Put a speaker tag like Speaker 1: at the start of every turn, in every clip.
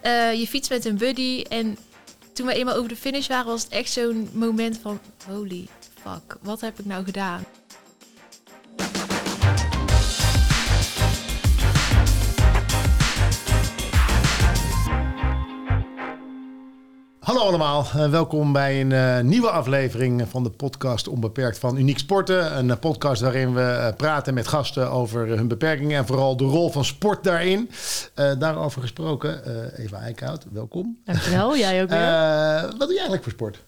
Speaker 1: Eh, je fietst met een buddy. En toen we eenmaal over de finish waren, was het echt zo'n moment van... Holy fuck, wat heb ik nou gedaan?
Speaker 2: Hallo allemaal, eh, welkom bij een eh, nieuwe aflevering van de podcast Onbeperkt van Uniek Sporten. Een eh, podcast waarin we eh, praten met gasten over hun beperkingen en vooral de rol van sport daarin. Eh, daarover gesproken, eh, Eva Eickhout, welkom.
Speaker 3: Dankjewel, jij ook weer.
Speaker 2: Eh, wat doe je eigenlijk voor sport?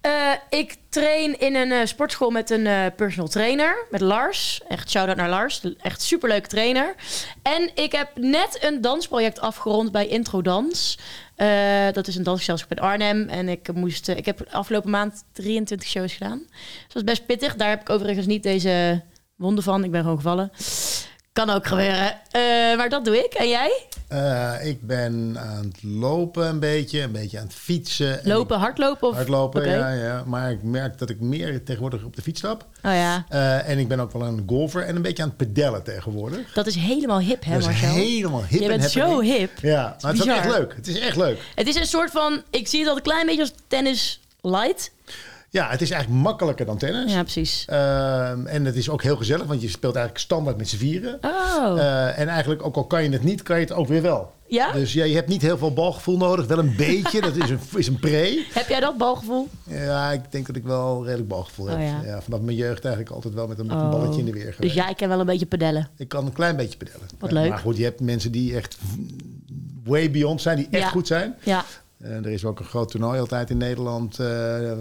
Speaker 3: Eh, ik train in een eh, sportschool met een eh, personal trainer, met Lars. Echt shout-out naar Lars, echt superleuke trainer. En ik heb net een dansproject afgerond bij Intro Dans. Eh, dat is een dansgezelschap in Arnhem. En ik, moest, eh, ik heb afgelopen maand 23 shows gedaan. Dus dat was best pittig. Daar heb ik overigens niet deze wonden van. Ik ben gewoon gevallen. Kan ook gebeuren. Eh, maar dat doe ik. En jij?
Speaker 2: Eh, ik ben aan het lopen een beetje, een beetje aan het fietsen. en
Speaker 3: Lopen, hardlopen? Of?
Speaker 2: Hardlopen,
Speaker 3: Oké.
Speaker 2: ja, ja. Maar ik merk dat ik meer tegenwoordig op de fiets stap.
Speaker 3: Oh ja.
Speaker 2: Eh, en ik ben ook wel een golfer en een beetje aan het pedellen tegenwoordig.
Speaker 3: Dat is helemaal hip, hè
Speaker 2: dat is
Speaker 3: Marcel?
Speaker 2: helemaal hip
Speaker 3: Je
Speaker 2: en
Speaker 3: bent zo
Speaker 2: happening.
Speaker 3: hip.
Speaker 2: Ja, maar het is ook
Speaker 3: bizar.
Speaker 2: echt leuk. Het is echt leuk.
Speaker 3: Het is een soort van, ik zie het al een klein beetje als tennis light.
Speaker 2: Ja, het is eigenlijk makkelijker dan tennis.
Speaker 3: Ja, precies.
Speaker 2: Ehm, en het is ook heel gezellig, want je speelt eigenlijk standaard met z'n vieren.
Speaker 3: Oh,
Speaker 2: Eh, en eigenlijk, ook al kan je het niet, kan je het ook weer wel.
Speaker 3: Ja?
Speaker 2: Dus ja, je hebt niet heel veel balgevoel nodig. Wel een beetje, dat is een, is een pre.
Speaker 3: heb jij dat balgevoel?
Speaker 2: Ja, ik denk dat ik wel redelijk balgevoel heb.
Speaker 3: Oh, ja.
Speaker 2: vanaf mijn jeugd eigenlijk altijd wel met een, met een
Speaker 3: Oh.
Speaker 2: balletje in de weer geweest.
Speaker 3: Dus jij kan wel een beetje pedellen.
Speaker 2: Ik kan een klein beetje bedellen.
Speaker 3: Wat
Speaker 2: Ja,
Speaker 3: leuk.
Speaker 2: Maar goed, je hebt mensen die echt way beyond zijn, die echt
Speaker 3: Ja.
Speaker 2: goed zijn.
Speaker 3: Ja,
Speaker 2: Eh, er is ook een groot toernooi altijd in Nederland eh,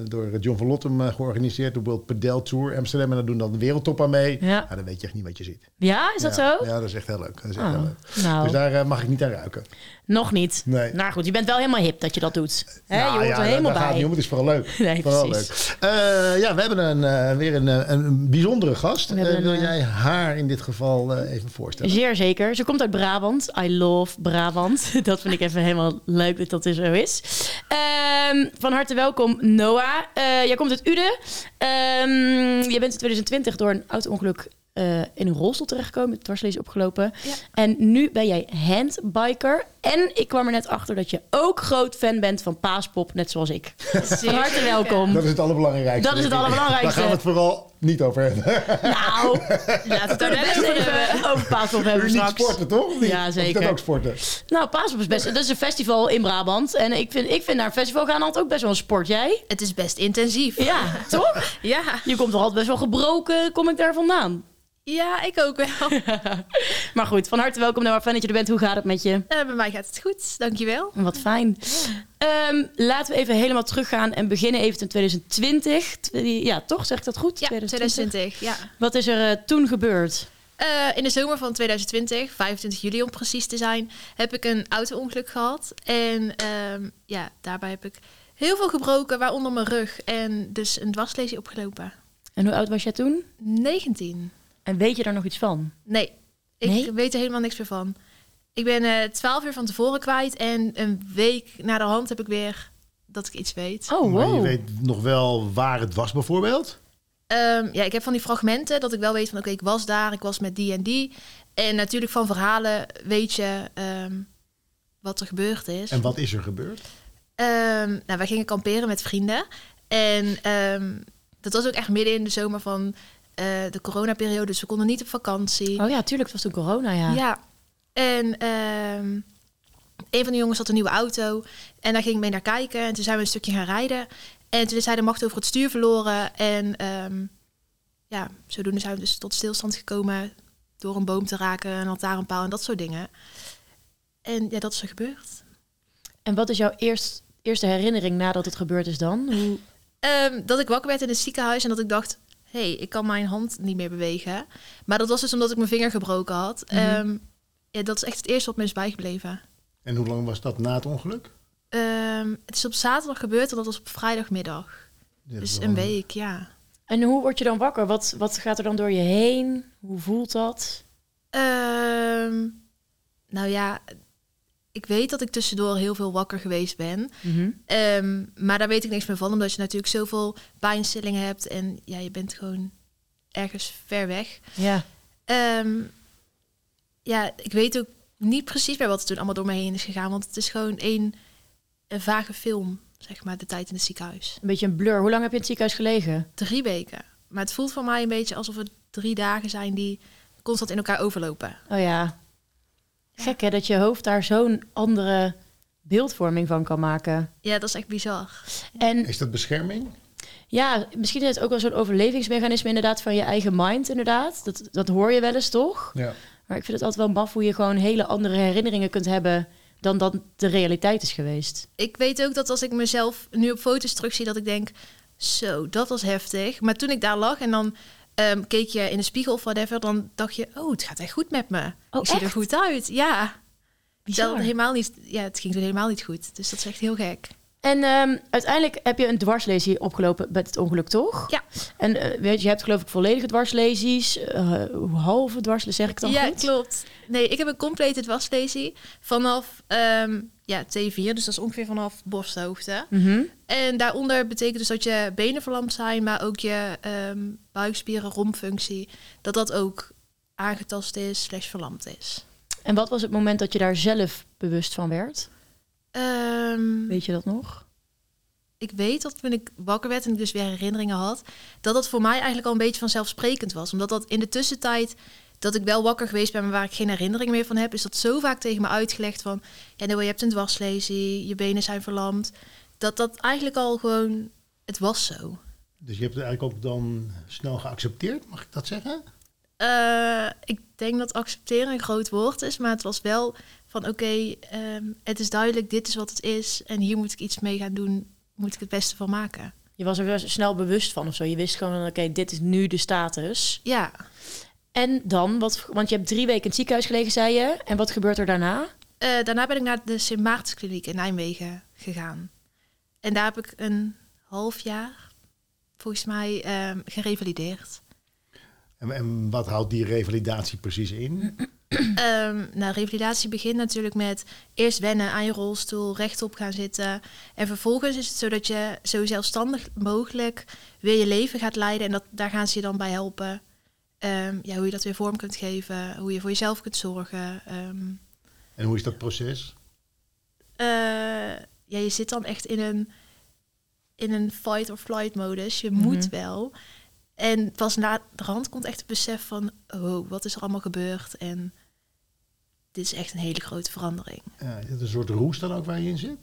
Speaker 2: door John van Lottem eh, georganiseerd. De World Padel Tour Amsterdam. En daar doen dan de wereldtop aan mee.
Speaker 3: Ja.
Speaker 2: Ja, dan weet je echt niet wat je ziet.
Speaker 3: ja is dat
Speaker 2: Ja.
Speaker 3: zo?
Speaker 2: Ja, dat is echt heel leuk. Dat is echt
Speaker 3: Oh,
Speaker 2: heel leuk.
Speaker 3: nou.
Speaker 2: Dus daar eh, mag ik niet aan ruiken.
Speaker 3: Nog niet.
Speaker 2: Nee.
Speaker 3: Nou goed, je bent wel helemaal hip dat je dat doet. Hè,
Speaker 2: Nou
Speaker 3: je hoort
Speaker 2: ja,
Speaker 3: er
Speaker 2: daar-
Speaker 3: helemaal
Speaker 2: daar gaat het
Speaker 3: bij.
Speaker 2: niet om. Het is vooral leuk.
Speaker 3: Nee,
Speaker 2: vooral
Speaker 3: precies.
Speaker 2: leuk. Eh, ja, we hebben een, eh, weer een, eh, een bijzondere gast.
Speaker 3: We hebben
Speaker 2: Eh, wil
Speaker 3: een, eh,
Speaker 2: jij haar in dit geval eh, even voorstellen?
Speaker 3: Zeer zeker. Ze komt uit Brabant. I love Brabant. Dat vind ik even helemaal leuk dat dat er zo is. Ehm, van harte welkom, Noah. Eh, jij komt uit Uden. Ehm, je bent in 2020 door een auto-ongeluk eh, in een rolstoel terechtgekomen. Met dwarslees opgelopen.
Speaker 1: Ja.
Speaker 3: En nu ben jij handbiker. En ik kwam er net achter dat je ook groot fan bent van paaspop, net zoals ik. Van harte welkom.
Speaker 2: Dat is het allerbelangrijkste.
Speaker 3: Dat is het
Speaker 2: denk ik. Daar
Speaker 3: allerbelangrijkste.
Speaker 2: gaan we het vooral niet over hebben.
Speaker 3: Nou, laten we het er best even over paaspop hebben
Speaker 2: Uniek
Speaker 3: straks.
Speaker 2: sporten, toch? Of niet?
Speaker 3: Ja,
Speaker 2: Of
Speaker 3: zeker.
Speaker 2: dat ook sporten?
Speaker 3: Nou, Paasop is best... Dat is een festival in Brabant. En ik vind, ik vind naar een festival gaan altijd ook best wel een sport. Jij?
Speaker 1: Het is best intensief.
Speaker 3: Ja, toch?
Speaker 1: Ja,
Speaker 3: Je komt toch altijd best wel gebroken, kom ik daar vandaan.
Speaker 1: ja ik ook wel.
Speaker 3: Maar goed, van harte welkom Noah, fijn dat je er bent. Hoe gaat het met je?
Speaker 1: Eh, bij mij gaat het goed, dankjewel.
Speaker 3: Wat fijn. Ehm, laten we even helemaal teruggaan en beginnen even in 2020. Tw- Ja, toch? Zeg ik dat goed?
Speaker 1: Ja, 2020. Ja.
Speaker 3: Wat is er eh, toen gebeurd?
Speaker 1: Eh, in de zomer van 2020, 25 juli om precies te zijn, heb ik een auto-ongeluk gehad. En ehm, ja, daarbij heb ik heel veel gebroken, waaronder mijn rug. En dus een dwarslesie opgelopen.
Speaker 3: En hoe oud was jij toen?
Speaker 1: 19.
Speaker 3: En weet je daar nog iets van?
Speaker 1: Nee, ik
Speaker 3: Nee?
Speaker 1: weet er helemaal niks meer van. Ik ben eh 12 uur van tevoren kwijt en een week na de hand heb ik weer dat ik iets weet.
Speaker 3: Oh,
Speaker 2: Maar je
Speaker 3: wow.
Speaker 2: weet nog wel waar het was bijvoorbeeld.
Speaker 1: Ehm, ja, ik heb van die fragmenten dat ik wel weet van oké, ik was daar, ik was met die en die. En natuurlijk van verhalen weet je ehm, wat er gebeurd is.
Speaker 2: En wat is er gebeurd?
Speaker 1: Ehm, nou, wij gingen kamperen met vrienden. En ehm, dat was ook echt midden in de zomer van eh, de coronaperiode. Dus we konden niet op vakantie.
Speaker 3: Oh ja, tuurlijk. Het was toen corona, ja.
Speaker 1: Ja. En ehm, een van de jongens had een nieuwe auto. En daar ging ik mee naar kijken. En toen zijn we een stukje gaan rijden. En toen is hij de macht over het stuur verloren. En ehm, ja, zodoende zijn we dus tot stilstand gekomen. Door een boom te raken, een lantaarnpaal en dat soort dingen. En ja, dat is er gebeurd.
Speaker 3: En wat is jouw eerst, eerste herinnering nadat het gebeurd is dan? Hoe...
Speaker 1: Ehm, dat ik wakker werd in het ziekenhuis en dat ik dacht... hé, hey, ik kan mijn hand niet meer bewegen. Maar dat was dus omdat ik mijn vinger gebroken had. Ehm, ja, dat is echt het eerste wat me is bijgebleven.
Speaker 2: En hoe lang was dat na het ongeluk?
Speaker 1: Ehm, het is op zaterdag gebeurd en dat was op vrijdagmiddag. Dus een week, ja.
Speaker 3: En hoe word je dan wakker? Wat, wat gaat er dan door je heen? Hoe voelt dat?
Speaker 1: Ehm, nou ja, ik weet dat ik tussendoor heel veel wakker geweest ben.
Speaker 3: Mhm.
Speaker 1: Ehm, maar daar weet ik niks meer van, omdat je natuurlijk zoveel pijnstillingen hebt. En ja, je bent gewoon ergens ver weg.
Speaker 3: Ja.
Speaker 1: Ehm, ja, ik weet ook niet precies bij wat er toen allemaal door me heen is gegaan. Want het is gewoon één een vage film, zeg maar, de tijd in het ziekenhuis.
Speaker 3: Een beetje een blur. Hoe lang heb je in het ziekenhuis gelegen?
Speaker 1: Drie weken. Maar het voelt voor mij een beetje alsof het drie dagen zijn die constant in elkaar overlopen.
Speaker 3: Oh ja. Gek hè, dat je hoofd daar zo'n andere beeldvorming van kan maken.
Speaker 1: Ja, dat is echt bizar.
Speaker 3: En
Speaker 2: Is dat bescherming?
Speaker 3: ja, misschien is het ook wel zo'n overlevingsmechanisme inderdaad van je eigen mind inderdaad. Dat, dat hoor je wel eens toch?
Speaker 2: Ja.
Speaker 3: Maar ik vind het altijd wel maf hoe je gewoon hele andere herinneringen kunt hebben dan dat de realiteit is geweest.
Speaker 1: Ik weet ook dat als ik mezelf nu op foto's terugzie, dat ik denk, zo, dat was heftig. Maar toen ik daar lag en dan ehm, keek je in de spiegel of whatever, dan dacht je, oh, het gaat echt goed met me.
Speaker 3: Oh,
Speaker 1: ik zie er
Speaker 3: echt?
Speaker 1: goed uit. Ja. Terwijl
Speaker 3: Bizar.
Speaker 1: het helemaal niet, ja, het ging toen helemaal niet goed. Dus dat is echt heel gek.
Speaker 3: En ehm, uiteindelijk heb je een dwarslesie opgelopen met het ongeluk, toch?
Speaker 1: Ja.
Speaker 3: En eh, weet je, je hebt geloof ik volledige dwarslesies, eh, halve dwarslesies, zeg ik dan
Speaker 1: ja,
Speaker 3: goed?
Speaker 1: klopt. Nee, ik heb een complete dwarslesie vanaf ehm, ja, T4, dus dat is ongeveer vanaf borsthoogte.
Speaker 3: Mhm.
Speaker 1: En daaronder betekent dus dat je benen verlamd zijn, maar ook je ehm, buikspieren, rompfunctie, dat dat ook aangetast is, slechts verlamd is.
Speaker 3: En wat was het moment dat je daar zelf bewust van werd?
Speaker 1: Ehm,
Speaker 3: Weet je dat nog?
Speaker 1: ik weet dat toen ik wakker werd en ik dus weer herinneringen had, dat dat voor mij eigenlijk al een beetje vanzelfsprekend was. Omdat dat in de tussentijd dat ik wel wakker geweest ben, maar waar ik geen herinnering meer van heb, is dat zo vaak tegen me uitgelegd van, ja, nou, je hebt een dwarslesie, je benen zijn verlamd. Dat dat eigenlijk al gewoon, het was zo.
Speaker 2: Dus je hebt het eigenlijk ook dan snel geaccepteerd, mag ik dat zeggen?
Speaker 1: Eh, ik denk dat accepteren een groot woord is, maar het was wel van oké, ehm, het is duidelijk, dit is wat het is en hier moet ik iets mee gaan doen, moet ik het beste van maken.
Speaker 3: Je was er wel snel bewust van of zo. Je wist gewoon, oké, dit is nu de status.
Speaker 1: Ja,
Speaker 3: En dan, wat, want je hebt drie weken in het ziekenhuis gelegen, zei je. En wat gebeurt er daarna?
Speaker 1: Eh, daarna ben ik naar de Sint Maartenskliniek in Nijmegen gegaan. En daar heb ik een half jaar, volgens mij, ehm, gerevalideerd.
Speaker 2: En, en wat houdt die revalidatie precies in?
Speaker 1: Ehm nou, revalidatie begint natuurlijk met eerst wennen aan je rolstoel, rechtop gaan zitten. En vervolgens is het zo dat je zo zelfstandig mogelijk weer je leven gaat leiden. En dat, daar gaan ze je dan bij helpen. Ehm, ja, hoe je dat weer vorm kunt geven, hoe je voor jezelf kunt zorgen. ehm.
Speaker 2: En hoe is dat proces?
Speaker 1: eh, ja, je zit dan echt in een, in een fight or flight modus. Je moet wel. En pas na de rand komt echt het besef van, oh, wat is er allemaal gebeurd? En dit is echt een hele grote verandering.
Speaker 2: Ja, is het een soort roes dan ook waar je in zit?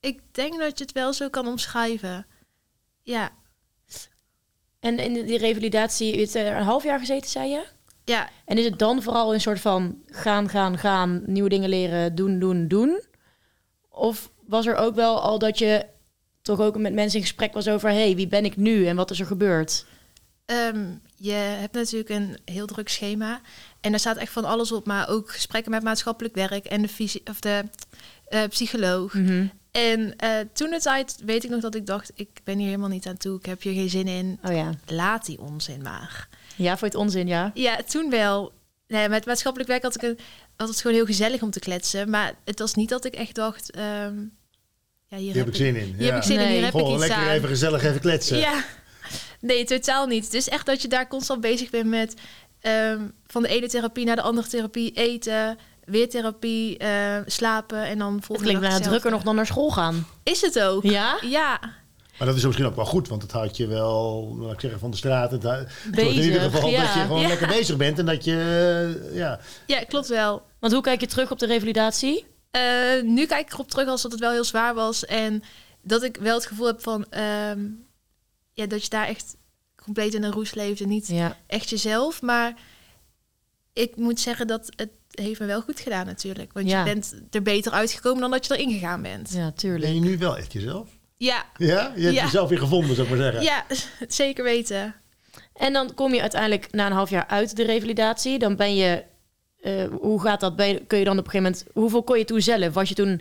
Speaker 1: Ik denk dat je het wel zo kan omschrijven. Ja,
Speaker 3: En in die revalidatie, je hebt er een half jaar gezeten, zei je?
Speaker 1: ja,
Speaker 3: En is het dan vooral een soort van gaan, gaan, gaan, nieuwe dingen leren, doen, doen, doen? Of was er ook wel al dat je toch ook met mensen in gesprek was over... hé, hey, wie ben ik nu en wat is er gebeurd?
Speaker 1: Ehm, je hebt natuurlijk een heel druk schema. En daar staat echt van alles op. Maar ook gesprekken met maatschappelijk werk en de, fysi- of de eh, psycholoog. En eh, toen het tijd weet ik nog dat ik dacht... ik ben hier helemaal niet aan toe. Ik heb hier geen zin in.
Speaker 3: Oh ja.
Speaker 1: Laat die onzin maar.
Speaker 3: Ja, vond je het onzin, ja?
Speaker 1: Ja, toen wel. Nee, met maatschappelijk werk had ik een, had het gewoon heel gezellig om te kletsen. Maar het was niet dat ik echt dacht... ehm, ja, hier,
Speaker 2: Hier heb ik zin in.
Speaker 1: Hier heb ik zin in,
Speaker 3: Nee.
Speaker 1: hier heb
Speaker 2: Goh,
Speaker 1: ik iets
Speaker 2: lekker
Speaker 1: aan.
Speaker 2: even gezellig even kletsen.
Speaker 1: Ja, nee, totaal niet. Het is echt dat je daar constant bezig bent met ehm, van de ene therapie naar de andere therapie, eten, weer therapie, eh, slapen en dan
Speaker 3: Het
Speaker 1: volgende
Speaker 3: klinkt
Speaker 1: dag
Speaker 3: bijna drukker nog
Speaker 1: hetzelfde.
Speaker 3: dan naar school gaan.
Speaker 1: Is het ook?
Speaker 3: Ja?
Speaker 1: Ja,
Speaker 2: Maar dat is misschien ook wel goed, want het houdt je wel, laat ik zeggen, van de straat. Het hou- het zorgt in
Speaker 3: Bezig,
Speaker 2: ieder geval dat je
Speaker 3: ja.
Speaker 2: gewoon
Speaker 1: Ja.
Speaker 2: lekker bezig bent en dat je, eh, ja.
Speaker 1: ja klopt wel.
Speaker 3: Want hoe kijk je terug op de revalidatie?
Speaker 1: Eh, nu kijk ik erop terug als dat het wel heel zwaar was. En dat ik wel het gevoel heb van ehm, ja, dat je daar echt compleet in een roes leeft en niet
Speaker 3: Ja.
Speaker 1: echt jezelf. Maar ik moet zeggen dat het heeft me wel goed gedaan natuurlijk. Want
Speaker 3: Ja.
Speaker 1: je bent er beter uitgekomen dan dat je erin gegaan bent.
Speaker 3: Ja,
Speaker 2: Ben
Speaker 3: tuurlijk.
Speaker 2: je nu wel echt jezelf?
Speaker 1: Ja,
Speaker 2: Ja? Je hebt
Speaker 1: Ja.
Speaker 2: jezelf weer gevonden, zou ik maar zeggen.
Speaker 1: ja, zeker weten.
Speaker 3: En dan kom je uiteindelijk na een half jaar uit de revalidatie. Dan ben je... eh, hoe gaat dat? Ben je- kun je dan op een gegeven moment... Hoeveel kon je toen zelf? Was je toen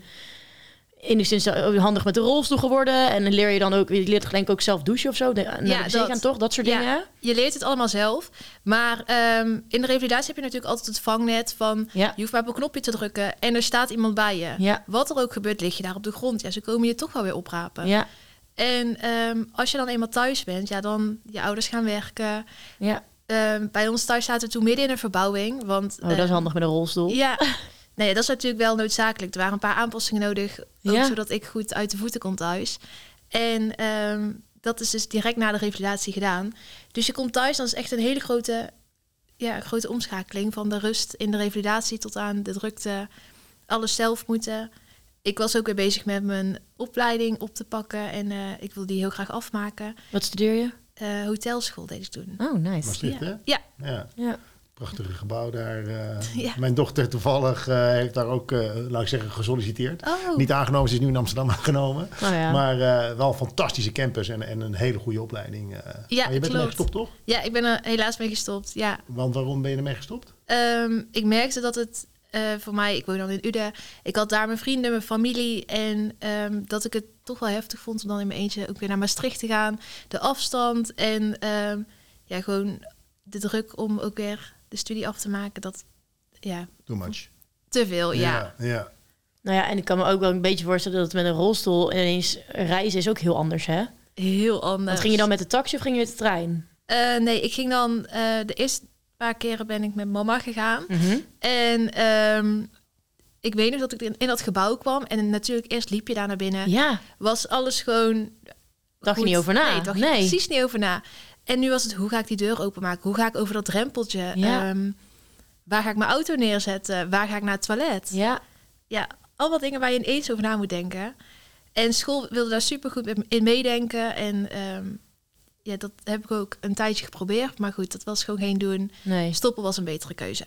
Speaker 3: enigszins eh, handig met de rolstoel geworden? En leer je dan ook... Je leert denk ik ook zelf douchen of zo? De, naar
Speaker 1: Ja,
Speaker 3: de wc gaan,
Speaker 1: dat.
Speaker 3: toch? Dat soort
Speaker 1: Ja.
Speaker 3: dingen?
Speaker 1: Je leert het allemaal zelf. Maar ehm, in de revalidatie heb je natuurlijk altijd het vangnet van...
Speaker 3: Ja.
Speaker 1: je hoeft maar op een knopje te drukken en er staat iemand bij je.
Speaker 3: Ja.
Speaker 1: Wat er ook gebeurt, lig je daar op de grond. Ja, ze komen je toch wel weer oprapen.
Speaker 3: Ja.
Speaker 1: En ehm, als je dan eenmaal thuis bent, ja, dan je ouders gaan werken.
Speaker 3: ja.
Speaker 1: Ehm, bij ons thuis zaten we toen midden in een verbouwing. Want,
Speaker 3: Oh, dat is
Speaker 1: eh,
Speaker 3: handig met een rolstoel.
Speaker 1: Ja, Nee, dat is natuurlijk wel noodzakelijk. Er waren een paar aanpassingen nodig, ook
Speaker 3: Ja.
Speaker 1: zodat ik goed uit de voeten kon thuis. En ehm, dat is dus direct na de revalidatie gedaan. Dus je komt thuis, dan is echt een hele grote, ja, grote omschakeling van de rust in de revalidatie tot aan de drukte, alles zelf moeten. Ik was ook weer bezig met mijn opleiding op te pakken en eh, ik wilde die heel graag afmaken.
Speaker 3: Wat studeer je?
Speaker 1: Eh, hotelschool deed ik toen.
Speaker 3: Oh, nice.
Speaker 2: Maastricht,
Speaker 1: ja.
Speaker 2: hè?
Speaker 1: Ja,
Speaker 2: Ja.
Speaker 3: Ja.
Speaker 2: Prachtige gebouw daar. eh.
Speaker 1: Ja.
Speaker 2: Mijn dochter toevallig eh, heeft daar ook, eh, laat ik zeggen, gesolliciteerd.
Speaker 1: oh,
Speaker 2: Niet aangenomen, ze is nu in Amsterdam aangenomen.
Speaker 3: Oh, ja.
Speaker 2: Maar eh, wel een fantastische campus en, en een hele goede opleiding. eh. maar je bent ermee
Speaker 1: klopt.
Speaker 2: gestopt, toch?
Speaker 1: ja, ik ben er helaas mee gestopt. Ja,
Speaker 2: Want waarom ben je ermee gestopt?
Speaker 1: Ehm, ik merkte dat het eh, voor mij, ik woon dan in Uden, ik had daar mijn vrienden, mijn familie en ehm, dat ik het toch wel heftig vond om dan in mijn eentje ook weer naar Maastricht te gaan. De afstand en ehm, ja, gewoon de druk om ook weer de studie af te maken, dat ja,
Speaker 2: Too much.
Speaker 1: te veel, Oh, ja.
Speaker 2: ja. ja.
Speaker 3: Nou ja, en ik kan me ook wel een beetje voorstellen dat het met een rolstoel ineens reizen is ook heel anders, hè?
Speaker 1: Heel anders.
Speaker 3: Want ging je dan met de taxi of ging je met de trein?
Speaker 1: Eh, nee, ik ging dan, eh, de eerste paar keren ben ik met mama gegaan.
Speaker 3: Mhm.
Speaker 1: En ehm, ik weet nog dat ik in, in dat gebouw kwam en natuurlijk eerst liep je daar naar binnen.
Speaker 3: Ja,
Speaker 1: Was alles gewoon
Speaker 3: dacht je
Speaker 1: Goed.
Speaker 3: niet over na?
Speaker 1: Nee, dacht je
Speaker 3: nee.
Speaker 1: precies niet over na. En nu was het, hoe ga ik die deur openmaken? Hoe ga ik over dat drempeltje?
Speaker 3: Ja.
Speaker 1: Ehm, waar ga ik mijn auto neerzetten? Waar ga ik naar het toilet? Ja,
Speaker 3: Ja,
Speaker 1: allemaal dingen waar je ineens over na moet denken. En school wilde daar supergoed in meedenken. En ehm, ja, dat heb ik ook een tijdje geprobeerd. Maar goed, dat was gewoon geen doen.
Speaker 3: nee.
Speaker 1: Stoppen was een betere keuze.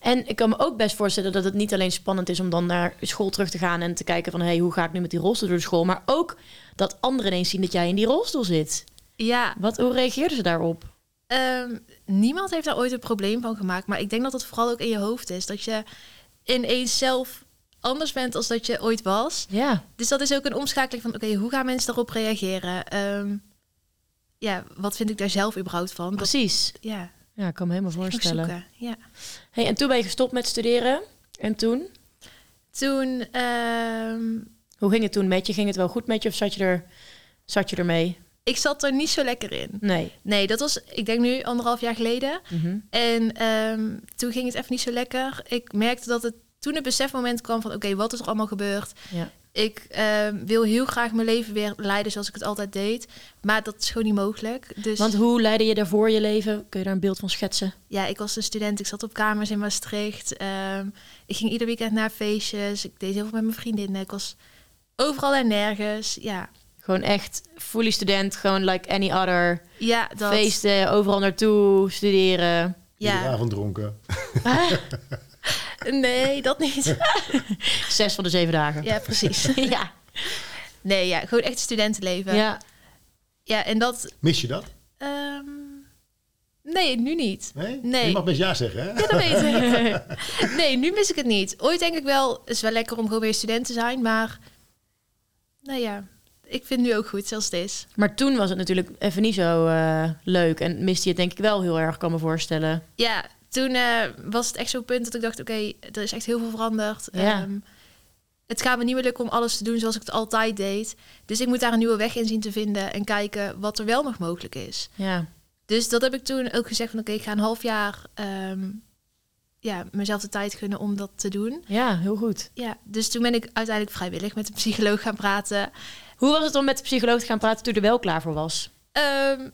Speaker 3: En ik kan me ook best voorstellen dat het niet alleen spannend is om dan naar school terug te gaan en te kijken van hey, hoe ga ik nu met die rolstoel door de school, maar ook dat anderen ineens zien dat jij in die rolstoel zit.
Speaker 1: Ja,
Speaker 3: Wat, hoe reageerden ze daarop?
Speaker 1: Ehm, niemand heeft daar ooit een probleem van gemaakt. Maar ik denk dat het vooral ook in je hoofd is. Dat je ineens zelf anders bent dan dat je ooit was.
Speaker 3: Ja,
Speaker 1: Dus dat is ook een omschakeling van, oké, hoe gaan mensen daarop reageren? Ehm, ja, wat vind ik daar zelf überhaupt van? Dat,
Speaker 3: precies.
Speaker 1: ja,
Speaker 3: Ja, ik kan me helemaal
Speaker 1: nog
Speaker 3: voorstellen.
Speaker 1: zoeken. Ja.
Speaker 3: Hey, en toen ben je gestopt met studeren. En toen?
Speaker 1: Toen, ehm,
Speaker 3: Hoe ging het toen met je? Ging het wel goed met je of zat je, er, zat je ermee?
Speaker 1: ik zat er niet zo lekker in.
Speaker 3: Nee.
Speaker 1: Nee, dat was, ik denk nu anderhalf jaar geleden.
Speaker 3: Mhm.
Speaker 1: En ehm, toen ging het even niet zo lekker. Ik merkte dat het, toen het besefmoment kwam van, oké, wat is er allemaal gebeurd?
Speaker 3: Ja.
Speaker 1: Ik ehm, wil heel graag mijn leven weer leiden zoals ik het altijd deed. Maar dat is gewoon niet mogelijk. Dus...
Speaker 3: Want hoe leidde je daarvoor je leven? Kun je daar een beeld van schetsen?
Speaker 1: Ja, ik was een student. Ik zat op kamers in Maastricht. Ehm, ik ging ieder weekend naar feestjes. Ik deed heel veel met mijn vriendinnen. Ik was overal en nergens. Ja,
Speaker 3: Gewoon echt fully student, gewoon like any other.
Speaker 1: ja dat.
Speaker 3: Feesten, overal naartoe, studeren.
Speaker 2: Iedere
Speaker 1: Ja.
Speaker 2: avond dronken.
Speaker 1: Nee, dat niet.
Speaker 3: Zes van de zeven dagen.
Speaker 1: Ja, precies.
Speaker 3: ja.
Speaker 1: Nee, ja, gewoon echt studentenleven. Ja,
Speaker 3: ja.
Speaker 1: en dat...
Speaker 2: Mis je dat?
Speaker 1: ehm, nee, nu niet.
Speaker 2: Nee?
Speaker 1: Nee.
Speaker 2: Je mag best ja zeggen, hè?
Speaker 1: Ja, dat weet ik. Nee, nu mis ik het niet. Ooit denk ik wel, het is wel lekker om gewoon weer student te zijn. Maar, nou ja, ik vind het nu ook goed zoals het is.
Speaker 3: Maar toen was het natuurlijk even niet zo eh, leuk. En miste je het denk ik wel heel erg, kan me voorstellen.
Speaker 1: Ja, toen eh, was het echt zo'n punt dat ik dacht, oké, er is echt heel veel veranderd.
Speaker 3: Ja.
Speaker 1: Ehm, het gaat me niet meer lukken om alles te doen zoals ik het altijd deed. Dus ik moet daar een nieuwe weg in zien te vinden en kijken wat er wel nog mogelijk is.
Speaker 3: Ja.
Speaker 1: Dus dat heb ik toen ook gezegd van, oké, ik ga een half jaar ehm, ja, mezelf de tijd gunnen om dat te doen.
Speaker 3: Ja, heel goed.
Speaker 1: Ja, dus toen ben ik uiteindelijk vrijwillig met een psycholoog gaan praten.
Speaker 3: Hoe was het om met de psycholoog te gaan praten toen je er wel klaar voor was?
Speaker 1: Ehm,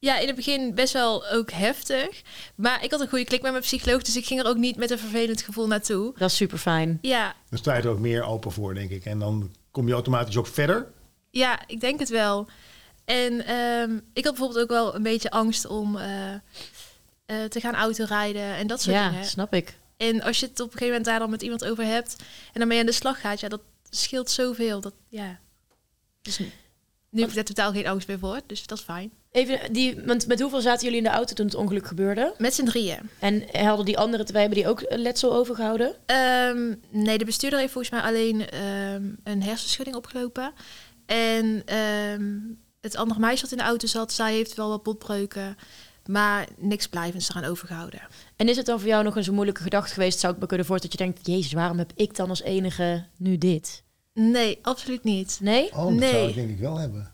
Speaker 1: ja, in het begin best wel ook heftig. Maar ik had een goede klik met mijn psycholoog, dus ik ging er ook niet met een vervelend gevoel naartoe.
Speaker 3: Dat is super fijn.
Speaker 1: Ja,
Speaker 2: Dan sta je er ook meer open voor, denk ik. En dan kom je automatisch ook verder.
Speaker 1: Ja, ik denk het wel. En ehm, ik had bijvoorbeeld ook wel een beetje angst om eh, eh, te gaan autorijden en dat soort
Speaker 3: Ja,
Speaker 1: dingen.
Speaker 3: snap ik.
Speaker 1: En als je het op een gegeven moment daar dan met iemand over hebt en dan mee aan de slag gaat, ja, dat scheelt zoveel. Dat, ja. Dus nu nu heb ik daar totaal geen angst meer voor, dus dat is fijn.
Speaker 3: Even, die, want met hoeveel zaten jullie in de auto toen het ongeluk gebeurde?
Speaker 1: Met z'n drieën.
Speaker 3: En hadden die anderen twee, hebben die ook eh, letsel overgehouden?
Speaker 1: Ehm, nee, de bestuurder heeft volgens mij alleen ehm, een hersenschudding opgelopen. En ehm, het andere meisje dat in de auto zat, zij heeft wel wat botbreuken. Maar niks blijvends eraan overgehouden.
Speaker 3: En is het dan voor jou nog eens een moeilijke gedachte geweest? Zou ik me kunnen voorstellen dat je denkt, jezus, waarom heb ik dan als enige nu dit?
Speaker 1: Nee, absoluut niet.
Speaker 3: Nee?
Speaker 2: Oh, dat
Speaker 1: Nee.
Speaker 2: zou ik denk ik wel hebben.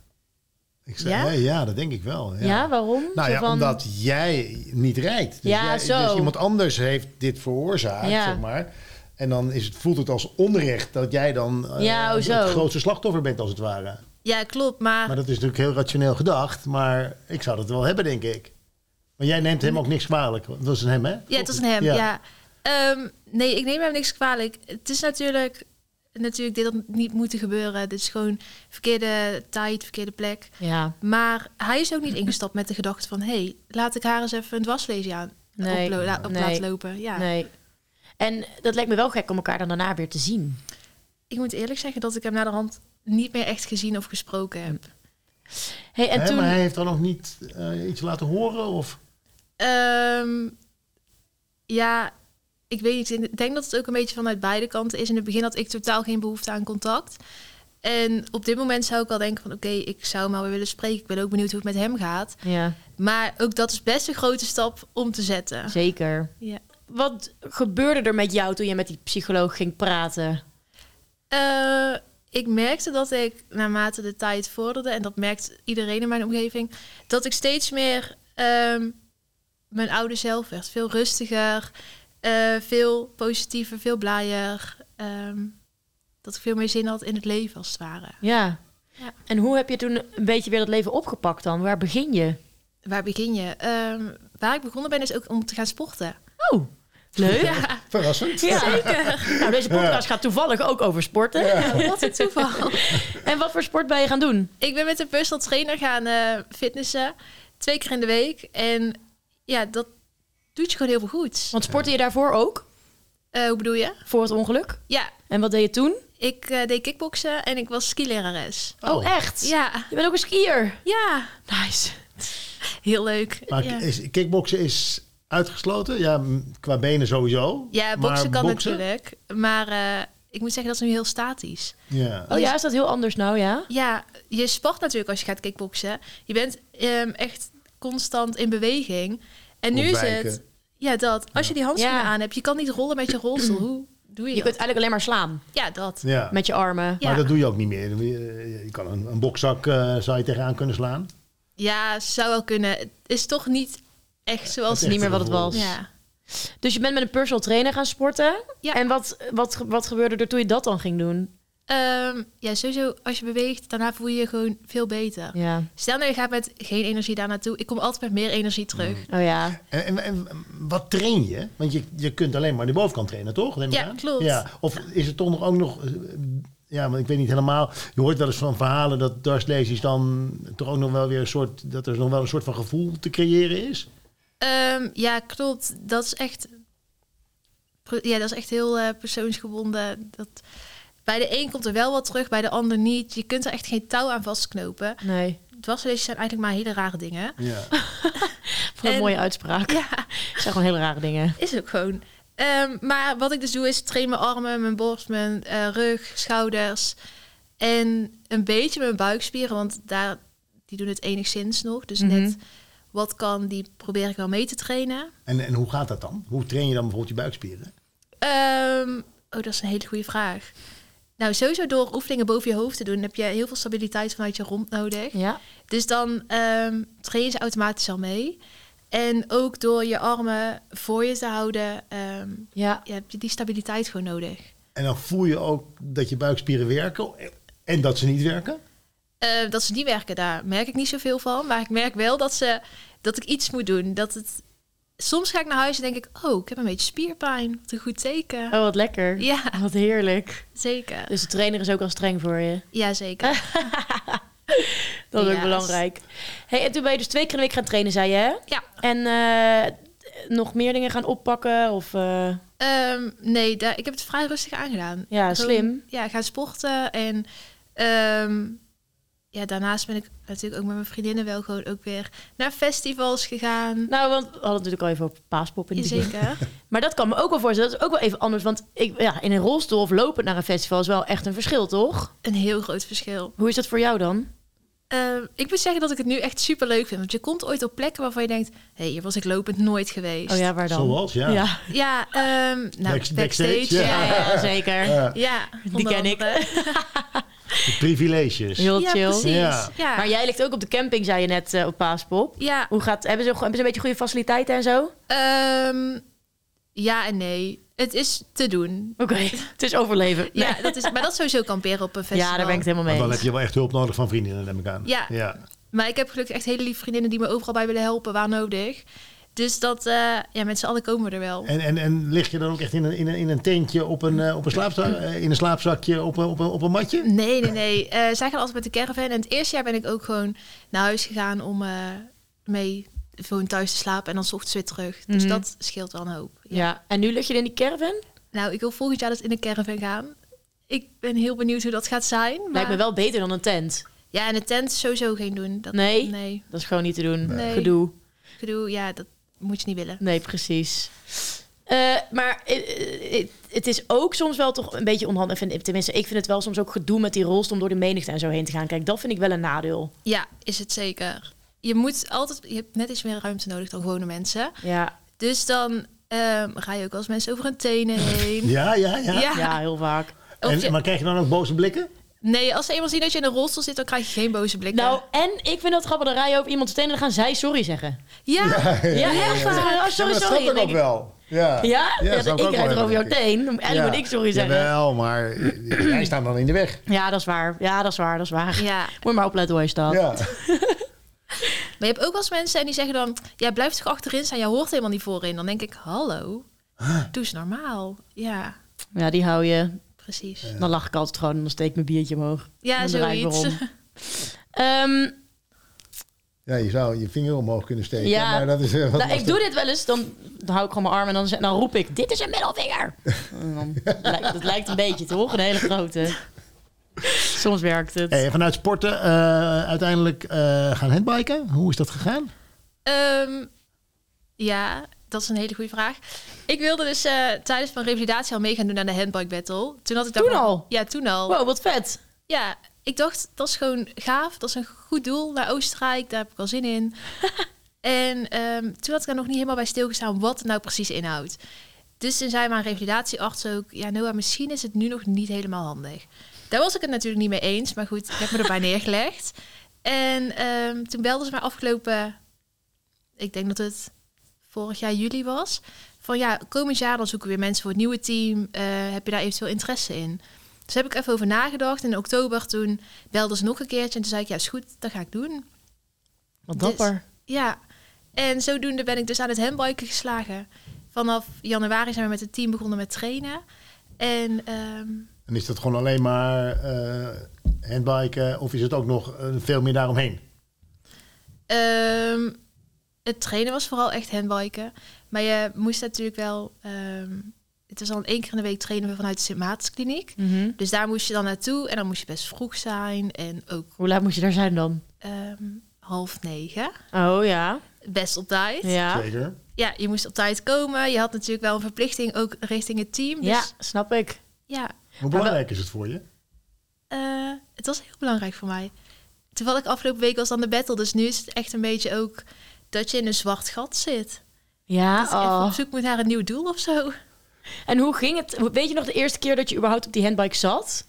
Speaker 2: Ik zei,
Speaker 1: Ja?
Speaker 2: nee, ja, dat denk ik wel.
Speaker 3: Ja, waarom?
Speaker 2: Nou
Speaker 3: Zo
Speaker 2: ja,
Speaker 3: van-
Speaker 2: omdat jij niet rijdt. Dus,
Speaker 3: Ja,
Speaker 2: jij-
Speaker 3: zo.
Speaker 2: dus iemand anders heeft dit veroorzaakt,
Speaker 3: Ja.
Speaker 2: zeg maar. En dan is het, voelt het als onrecht dat jij dan eh,
Speaker 3: Ja, oh, zo.
Speaker 2: het grootste slachtoffer bent, als het ware.
Speaker 1: Ja, klopt. Maar,
Speaker 2: Maar dat is natuurlijk heel rationeel gedacht. Maar ik zou dat wel hebben, denk ik. Maar jij neemt hem ook niks kwalijk. Dat was een hem, hè?
Speaker 1: ja, het was een hem. Ja. Ehm, nee, ik neem hem niks kwalijk. Het is natuurlijk, natuurlijk dit had niet moeten gebeuren. Dit is gewoon verkeerde tijd, verkeerde plek.
Speaker 3: Ja,
Speaker 1: Maar hij is ook niet ingestapt met de gedachte van... hé, hey, laat ik haar eens even een dwarslezing aan
Speaker 3: Nee,
Speaker 1: oplo- la- op
Speaker 3: nee.
Speaker 1: laten lopen. Ja.
Speaker 3: nee. En dat lijkt me wel gek om elkaar dan daarna weer te zien.
Speaker 1: Ik moet eerlijk zeggen dat ik hem naar de hand niet meer echt gezien of gesproken
Speaker 3: Hm.
Speaker 1: heb.
Speaker 3: Hey, en
Speaker 2: Hè,
Speaker 3: toen...
Speaker 2: Maar hij heeft dan nog niet eh, iets laten horen? Of...
Speaker 1: Ehm, ja, ik weet niet. Ik denk dat het ook een beetje vanuit beide kanten is. In het begin had ik totaal geen behoefte aan contact. En op dit moment zou ik al denken van... oké, ik zou hem wel weer willen spreken. Ik ben ook benieuwd hoe het met hem gaat.
Speaker 3: Ja,
Speaker 1: Maar ook dat is best een grote stap om te zetten.
Speaker 3: zeker.
Speaker 1: Ja.
Speaker 3: Wat gebeurde er met jou toen je met die psycholoog ging praten?
Speaker 1: Eh, ik merkte dat ik naarmate de tijd vorderde, en dat merkt iedereen in mijn omgeving, dat ik steeds meer ehm, mijn oude zelf werd. Veel rustiger, eh, veel positiever, veel blijer. Ehm, dat ik veel meer zin had in het leven, als het ware.
Speaker 3: Ja.
Speaker 1: Ja.
Speaker 3: En hoe heb je toen een beetje weer dat leven opgepakt dan? Waar begin je?
Speaker 1: Waar begin je? Ehm, waar ik begonnen ben, is ook om te gaan sporten.
Speaker 3: Oh, leuk.
Speaker 2: Verrassend.
Speaker 3: Zeker. Nou, deze podcast gaat toevallig ook over sporten.
Speaker 1: Wat een toeval.
Speaker 3: En wat voor sport ben je gaan doen?
Speaker 1: Ik ben met een personal trainer gaan eh, fitnessen. Twee keer in de week. En ja, dat doet je gewoon heel veel goed.
Speaker 3: Want sportte je daarvoor ook?
Speaker 1: Eh, hoe bedoel je?
Speaker 3: Voor het ongeluk?
Speaker 1: Ja,
Speaker 3: En wat deed je toen?
Speaker 1: ik eh, deed kickboksen en ik was skilerares.
Speaker 2: Oh.
Speaker 3: echt?
Speaker 1: Ja,
Speaker 3: Je bent ook een skier.
Speaker 1: ja,
Speaker 3: Nice.
Speaker 1: heel leuk.
Speaker 2: Maar
Speaker 1: ja.
Speaker 2: is, kickboksen is uitgesloten. Ja, m, qua benen sowieso.
Speaker 1: ja,
Speaker 2: Maar
Speaker 1: boksen kan
Speaker 2: boksen?
Speaker 1: natuurlijk. Maar eh, ik moet zeggen, dat is nu heel statisch.
Speaker 2: Ja.
Speaker 3: Oh ja, is dat heel anders nou, ja?
Speaker 1: Ja, je sport natuurlijk als je gaat kickboksen. Je bent ehm, echt constant in beweging. En nu is
Speaker 2: Ontwijken.
Speaker 1: het... Ja, dat. Als je die handschoenen
Speaker 3: Ja.
Speaker 1: aan hebt, je kan niet rollen met je rolstoel. Hoe doe je,
Speaker 3: Je kunt
Speaker 1: dat?
Speaker 3: eigenlijk alleen maar slaan
Speaker 1: Ja, dat.
Speaker 2: ja.
Speaker 3: met je armen.
Speaker 1: Ja.
Speaker 2: Maar dat doe je ook niet meer. Je, je kan een, een bokzak eh, zou je tegenaan kunnen slaan.
Speaker 1: Ja, zou wel kunnen. Het is toch niet echt zoals...
Speaker 2: Het is
Speaker 3: niet meer wat het was.
Speaker 1: Ja.
Speaker 3: Dus je bent met een personal trainer gaan sporten.
Speaker 1: Ja.
Speaker 3: En wat, wat, wat gebeurde er toen je dat dan ging doen?
Speaker 1: Ehm, ja, sowieso als je beweegt, daarna voel je je gewoon veel beter.
Speaker 3: Ja.
Speaker 1: Stel nou, je gaat met geen energie daar naartoe. Ik kom altijd met meer energie terug.
Speaker 3: Oh ja.
Speaker 2: En, en, en wat train je? Want je, je kunt alleen maar de bovenkant trainen, toch? Neem ik
Speaker 1: Ja,
Speaker 2: aan?
Speaker 1: klopt.
Speaker 2: Ja. Of is het toch nog ook nog... eh, Ja, want ik weet niet helemaal. Je hoort wel eens van verhalen dat dwarslezers dan toch ook nog wel weer een soort... dat er nog wel een soort van gevoel te creëren is.
Speaker 1: Ehm, ja, klopt. Dat is echt, ja, dat is echt heel eh, persoonsgebonden. Dat, bij de een komt er wel wat terug, bij de ander niet. Je kunt er echt geen touw aan vastknopen.
Speaker 3: Nee.
Speaker 1: Dwarslezen zijn eigenlijk maar hele rare dingen.
Speaker 2: Ja.
Speaker 3: Wat een
Speaker 1: En-
Speaker 3: mooie uitspraak.
Speaker 1: Ja,
Speaker 3: Het zijn gewoon hele rare dingen.
Speaker 1: is ook gewoon. Ehm, maar wat ik dus doe is train mijn armen, mijn borst, mijn eh, rug, schouders en een beetje mijn buikspieren, want daar, die doen het enigszins nog. Dus
Speaker 3: Mhm.
Speaker 1: net wat kan, die probeer ik wel mee te trainen.
Speaker 2: En, en hoe gaat dat dan? Hoe train je dan bijvoorbeeld je buikspieren?
Speaker 1: Ehm, oh, dat is een hele goede vraag. Nou, sowieso door oefeningen boven je hoofd te doen, heb je heel veel stabiliteit vanuit je romp nodig.
Speaker 3: Ja.
Speaker 1: Dus dan ehm train je ze automatisch al mee. En ook door je armen voor je te houden, ehm,
Speaker 3: Ja.
Speaker 1: ja, heb je die stabiliteit gewoon nodig.
Speaker 2: En dan voel je ook dat je buikspieren werken en dat ze niet werken.
Speaker 1: Eh, dat ze niet werken, daar merk ik niet zoveel van. Maar ik merk wel dat, ze, dat ik iets moet doen. Dat het, soms ga ik naar huis en denk ik, oh, ik heb een beetje spierpijn. Wat een goed teken.
Speaker 3: Oh, wat lekker.
Speaker 1: Ja,
Speaker 3: Wat heerlijk.
Speaker 1: zeker.
Speaker 3: Dus de trainer is ook al streng voor je.
Speaker 1: Ja, zeker.
Speaker 3: Dat is ook
Speaker 1: Ja,
Speaker 3: belangrijk. Hey, en toen ben je dus twee keer in de week gaan trainen, zei je, hè?
Speaker 1: Ja.
Speaker 3: En eh, nog meer dingen gaan oppakken? Of, eh,
Speaker 1: Ehm, nee, daar, ik heb het vrij rustig aangedaan.
Speaker 3: ja,
Speaker 1: Gewoon,
Speaker 3: slim.
Speaker 1: Ja, gaan sporten. En ehm, ja, daarnaast ben ik natuurlijk ook met mijn vriendinnen wel gewoon ook weer naar festivals gegaan.
Speaker 3: Nou, want we hadden het natuurlijk al even op paaspop in de begin.
Speaker 1: Zeker.
Speaker 3: Maar dat kan me ook wel voorstellen. Dat is ook wel even anders. Want ik, ja, in een rolstoel of lopend naar een festival is wel echt een verschil, toch?
Speaker 1: Een heel groot verschil.
Speaker 3: Hoe is dat voor jou dan?
Speaker 1: Ehm, ik moet zeggen dat ik het nu echt super leuk vind. Want je komt ooit op plekken waarvan je denkt: hé, hey, hier was ik lopend nooit geweest.
Speaker 3: Oh ja, waar dan?
Speaker 2: Zoals, ja.
Speaker 3: Ja,
Speaker 1: Ja, ehm, nou,
Speaker 2: Back-
Speaker 1: backstage.
Speaker 2: backstage,
Speaker 1: ja.
Speaker 3: ja, ja, zeker.
Speaker 2: Ja,
Speaker 1: Ja,
Speaker 3: Die
Speaker 1: onder
Speaker 3: ken ik.
Speaker 1: andere.
Speaker 2: de privileges.
Speaker 3: Heel
Speaker 1: Ja,
Speaker 3: chill.
Speaker 1: precies.
Speaker 2: Ja.
Speaker 1: Ja.
Speaker 3: Maar jij ligt ook op de camping, zei je net, eh, op paaspop.
Speaker 1: ja,
Speaker 3: Hoe gaat, hebben, ze, hebben ze een beetje goede faciliteiten en zo?
Speaker 1: Ehm, ja en nee. Het is te doen.
Speaker 3: Oké, het is overleven. Nee.
Speaker 1: Ja, dat is, maar dat is sowieso kamperen op een festival.
Speaker 3: ja, daar ben ik het helemaal
Speaker 2: Want
Speaker 3: mee
Speaker 2: dan heb
Speaker 3: eens.
Speaker 2: je wel echt hulp nodig van vrienden, neem ik aan.
Speaker 1: Ja.
Speaker 2: ja.
Speaker 1: Maar ik heb gelukkig echt hele lieve vriendinnen die me overal bij willen helpen waar nodig. Dus dat, eh, ja, met z'n allen komen we er wel.
Speaker 2: En, en, en lig je dan ook echt in een, in een, in een tentje op een, eh, op een, slaapzak, eh, in een slaapzakje op een, op een, op een matje?
Speaker 1: Nee, nee, nee. Eh, zij gaan altijd met de caravan. En het eerste jaar ben ik ook gewoon naar huis gegaan om eh, mee gewoon thuis te slapen. En dan 's ochtends weer terug. Dus
Speaker 3: Mhm.
Speaker 1: dat scheelt wel een hoop. Ja.
Speaker 3: Ja, en nu lig je in die caravan?
Speaker 1: Nou, ik wil volgend jaar dus in de caravan gaan. Ik ben heel benieuwd hoe dat gaat zijn. Maar...
Speaker 3: Lijkt me wel beter dan een tent.
Speaker 1: Ja, en de tent is sowieso geen doen. Dat...
Speaker 3: Nee?
Speaker 1: Nee.
Speaker 3: Dat is gewoon niet te doen.
Speaker 1: Nee.
Speaker 3: Gedoe.
Speaker 1: Gedoe, ja, dat moet je niet willen.
Speaker 3: Nee, precies. Eh, maar eh, eh, het is ook soms wel toch een beetje onhandig. Ik vind- Tenminste, ik vind het wel soms ook gedoe met die rolstoel om door de menigte en zo heen te gaan. Kijk, dat vind ik wel een nadeel.
Speaker 1: Ja, is het zeker. Je moet altijd, je hebt net iets meer ruimte nodig dan gewone mensen.
Speaker 3: Ja,
Speaker 1: Dus dan ehm, ga je ook als mensen over hun tenen heen.
Speaker 2: Ja, ja, ja.
Speaker 1: Ja.
Speaker 3: ja heel vaak.
Speaker 1: Of
Speaker 2: En,
Speaker 1: je-
Speaker 2: Maar krijg je dan ook boze blikken?
Speaker 1: Nee, als ze eenmaal zien dat je in een rolstoel zit, dan krijg je geen boze blikken.
Speaker 3: Nou, en ik vind dat grappig. Dan rij je op iemand stenen en dan gaan zij sorry zeggen.
Speaker 1: ja.
Speaker 3: Ja, echt waar. Oh, sorry,
Speaker 2: dat
Speaker 3: sorry.
Speaker 2: ook
Speaker 3: denk ik.
Speaker 2: wel. Ja,
Speaker 3: Ja, ja,
Speaker 2: zou
Speaker 3: ik
Speaker 2: ook
Speaker 3: rijd
Speaker 2: wel
Speaker 3: er over jouw
Speaker 2: hebben, denk ik.
Speaker 3: teen. Eigenlijk moet ik sorry zeggen.
Speaker 2: Jawel, maar eh, jij staat dan in de weg.
Speaker 3: Ja, dat is waar. Ja, dat is waar. Dat is waar.
Speaker 1: ja.
Speaker 3: Moet je maar opletten hoe je staat.
Speaker 2: Ja.
Speaker 1: Maar je hebt ook wel eens mensen en die zeggen dan... Ja, blijf toch achterin staan, jij hoort helemaal niet voorin. Dan denk ik, hallo, doe eens normaal. Ja,
Speaker 3: Ja, die hou je.
Speaker 1: precies.
Speaker 3: Dan lach ik altijd gewoon en dan steek ik mijn biertje omhoog.
Speaker 1: Ja,
Speaker 3: Dan draai ik weer
Speaker 1: zoiets.
Speaker 3: om. Ehm,
Speaker 2: ja, je zou je vinger omhoog kunnen steken.
Speaker 3: Ja.
Speaker 2: Maar dat is, eh, wat
Speaker 3: nou, ik
Speaker 2: lastig.
Speaker 3: doe dit wel eens, dan, dan hou ik gewoon mijn arm en dan, ze- dan roep ik, dit is een middelvinger. En dan lijkt- dat lijkt een beetje, toch? Een hele grote. Soms werkt het.
Speaker 2: Hey, en vanuit sporten eh, uiteindelijk eh, gaan handbiken. Hoe is dat gegaan?
Speaker 1: Ehm, ja, dat is een hele goede vraag. Ik wilde dus eh, tijdens mijn revalidatie al mee gaan doen aan de handbike battle. Toen had ik
Speaker 3: Toen
Speaker 1: daarvoor-
Speaker 3: al?
Speaker 1: Ja, toen al.
Speaker 3: Wow, wat vet.
Speaker 1: Ja, ik dacht, dat is gewoon gaaf. Dat is een goed doel naar Oostenrijk. Daar heb ik al zin in. en ehm, toen had ik er nog niet helemaal bij stilgestaan wat het nou precies inhoudt. Dus toen zei mijn revalidatiearts ook... Ja, Noah, misschien is het nu nog niet helemaal handig. Daar was ik het natuurlijk niet mee eens. Maar goed, ik heb me erbij neergelegd. En ehm, toen belden ze mij afgelopen... Ik denk dat het vorig jaar juli was. Van ja, komend jaar dan zoeken we weer mensen voor het nieuwe team. Eh, heb je daar eventueel interesse in? Dus heb ik even over nagedacht. In oktober toen belde ze nog een keertje. En toen zei ik, ja, is goed, dat ga ik doen.
Speaker 3: Wat
Speaker 1: Dus-
Speaker 3: dapper.
Speaker 1: Ja. En zodoende ben ik dus aan het handbiken geslagen. Vanaf januari zijn we met het team begonnen met trainen. En ehm,
Speaker 2: En is dat gewoon alleen maar eh, handbiken of is het ook nog eh, veel meer daaromheen?
Speaker 1: ehm, het trainen was vooral echt handbiken. Maar je moest natuurlijk wel... ehm, het was al één keer in de week trainen we vanuit de Sint Maartenskliniek.
Speaker 3: Mhm.
Speaker 1: Dus daar moest je dan naartoe. En dan moest je best vroeg zijn. En ook
Speaker 3: Hoe laat moet je daar zijn dan?
Speaker 1: ehm, half negen.
Speaker 3: Oh ja.
Speaker 1: Best op tijd.
Speaker 3: Ja,
Speaker 2: Zeker.
Speaker 1: ja, je moest op tijd komen. Je had natuurlijk wel een verplichting ook richting het team. Dus
Speaker 3: ja
Speaker 1: ja,
Speaker 3: snap ik.
Speaker 2: Hoe belangrijk is het voor je?
Speaker 1: eh, het was heel belangrijk voor mij. Toevallig afgelopen week was dan de battle. Dus nu is het echt een beetje ook dat je in een zwart gat zit.
Speaker 3: Ja, oh.
Speaker 1: Dat je even op zoek moet naar een nieuw doel of zo.
Speaker 3: En hoe ging het? hoe- Weet je nog de eerste keer dat je überhaupt op die handbike zat?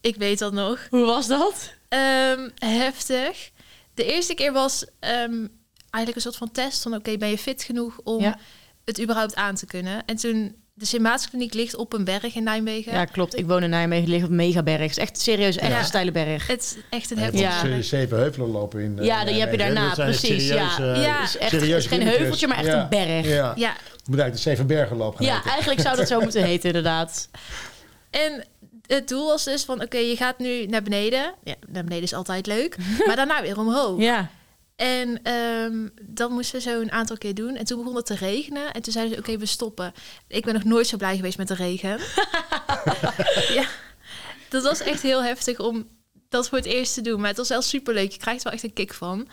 Speaker 1: Ik weet dat nog.
Speaker 3: Hoe was dat?
Speaker 1: Ehm, heftig. De eerste keer was ehm, eigenlijk een soort van test van... oké, ben je fit genoeg om
Speaker 3: Ja.
Speaker 1: het überhaupt aan te kunnen? En toen... De Sint-Maartenskliniek ligt op een berg in Nijmegen.
Speaker 3: Ja, klopt. Ik woon in Nijmegen, lig op Megaberg. Het is echt serieus, echt
Speaker 1: Ja.
Speaker 3: een steile berg.
Speaker 1: Het is echt een
Speaker 2: Je hebt
Speaker 1: heftig.
Speaker 2: ook
Speaker 3: Ja.
Speaker 2: se- zeven heuvelen lopen in. eh,
Speaker 3: Ja, die heb je
Speaker 2: Nijmegen.
Speaker 3: daarna,
Speaker 2: Dat zijn echt
Speaker 3: precies,
Speaker 2: serieus,
Speaker 3: ja.
Speaker 2: eh,
Speaker 1: Ja.
Speaker 3: Dus echt, het
Speaker 2: serieus
Speaker 3: is geen
Speaker 2: winters.
Speaker 3: heuveltje, maar echt
Speaker 2: Ja,
Speaker 3: een berg. Ja.
Speaker 2: Ja.
Speaker 1: ja,
Speaker 2: Je moet eigenlijk de Zevenbergenloop gaan heten.
Speaker 3: eigenlijk zou dat zo moeten heten, inderdaad.
Speaker 1: En het doel was dus van, oké, je gaat nu naar beneden. Ja, naar beneden is altijd leuk. maar daarna weer omhoog.
Speaker 3: Ja.
Speaker 1: En ehm, dat moesten we zo een aantal keer doen. En toen begon het te regenen. En toen zeiden ze, oké, we stoppen. Ik ben nog nooit zo blij geweest met de regen. ja, dat was echt heel heftig om dat voor het eerst te doen. Maar het was wel superleuk. Je krijgt er wel echt een kick van.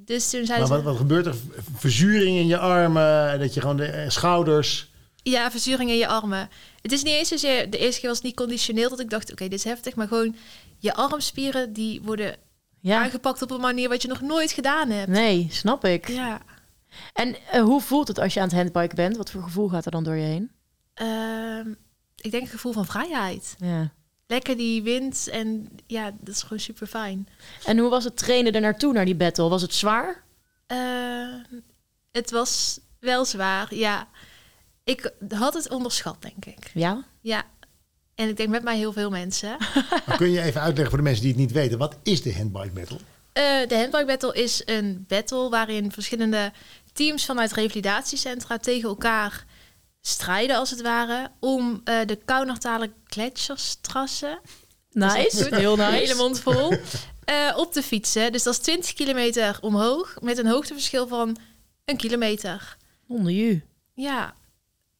Speaker 1: Dus toen zeiden
Speaker 2: Maar
Speaker 1: ze,
Speaker 2: wat, wat gebeurt er? Verzuring in je armen, dat je gewoon de eh, schouders.
Speaker 1: Ja, verzuring in je armen. Het is niet eens zozeer, de eerste keer was het niet conditioneel dat ik dacht, oké, dit is heftig, maar gewoon je armspieren die worden
Speaker 3: ja.
Speaker 1: aangepakt op een manier wat je nog nooit gedaan hebt.
Speaker 3: Nee, snap ik.
Speaker 1: Ja.
Speaker 3: En eh, hoe voelt het als je aan het handbiken bent? Wat voor gevoel gaat er dan door je heen?
Speaker 1: Ehm, ik denk een gevoel van vrijheid.
Speaker 3: Ja.
Speaker 1: Lekker die wind en ja, dat is gewoon super fijn.
Speaker 3: En hoe was het trainen ernaartoe, naar die battle? Was het zwaar?
Speaker 1: Ehm, het was wel zwaar, ja. Ik had het onderschat, denk ik.
Speaker 3: Ja?
Speaker 1: Ja. En ik denk met mij heel veel mensen.
Speaker 2: Maar kun je even uitleggen voor de mensen die het niet weten, wat is de handbike metal?
Speaker 1: Eh, de handbike battle is een battle waarin verschillende teams vanuit revalidatiecentra tegen elkaar strijden, als het ware, om eh, de Kaunertalen gletsjerstrassen
Speaker 3: Nice.
Speaker 1: Goed.
Speaker 3: Heel
Speaker 1: Hele
Speaker 3: nice.
Speaker 1: mond vol. eh, op de fietsen. Dus dat is 20 kilometer omhoog. Met een hoogteverschil van een kilometer.
Speaker 3: Onder je.
Speaker 1: Ja,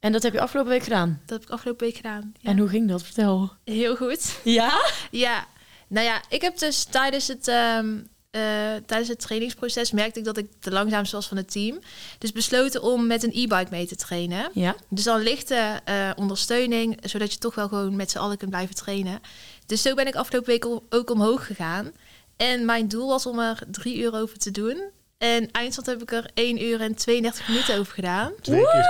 Speaker 3: En dat heb je afgelopen week gedaan.
Speaker 1: dat heb ik afgelopen week gedaan. Ja.
Speaker 3: En hoe ging dat? Vertel.
Speaker 1: Heel goed.
Speaker 3: Ja?
Speaker 1: Ja. Nou ja, ik heb dus tijdens het, ehm, eh, tijdens het trainingsproces merkte ik dat ik de langzaamste was van het team. Dus besloten om met een e-bike mee te trainen.
Speaker 3: Ja.
Speaker 1: Dus dan lichte eh, ondersteuning, zodat je toch wel gewoon met z'n allen kunt blijven trainen. Dus zo ben ik afgelopen week o- ook omhoog gegaan. En mijn doel was om er drie uur over te doen. En eindstand heb ik er 1 uur en 32 minuten over gedaan.
Speaker 2: Twee keer,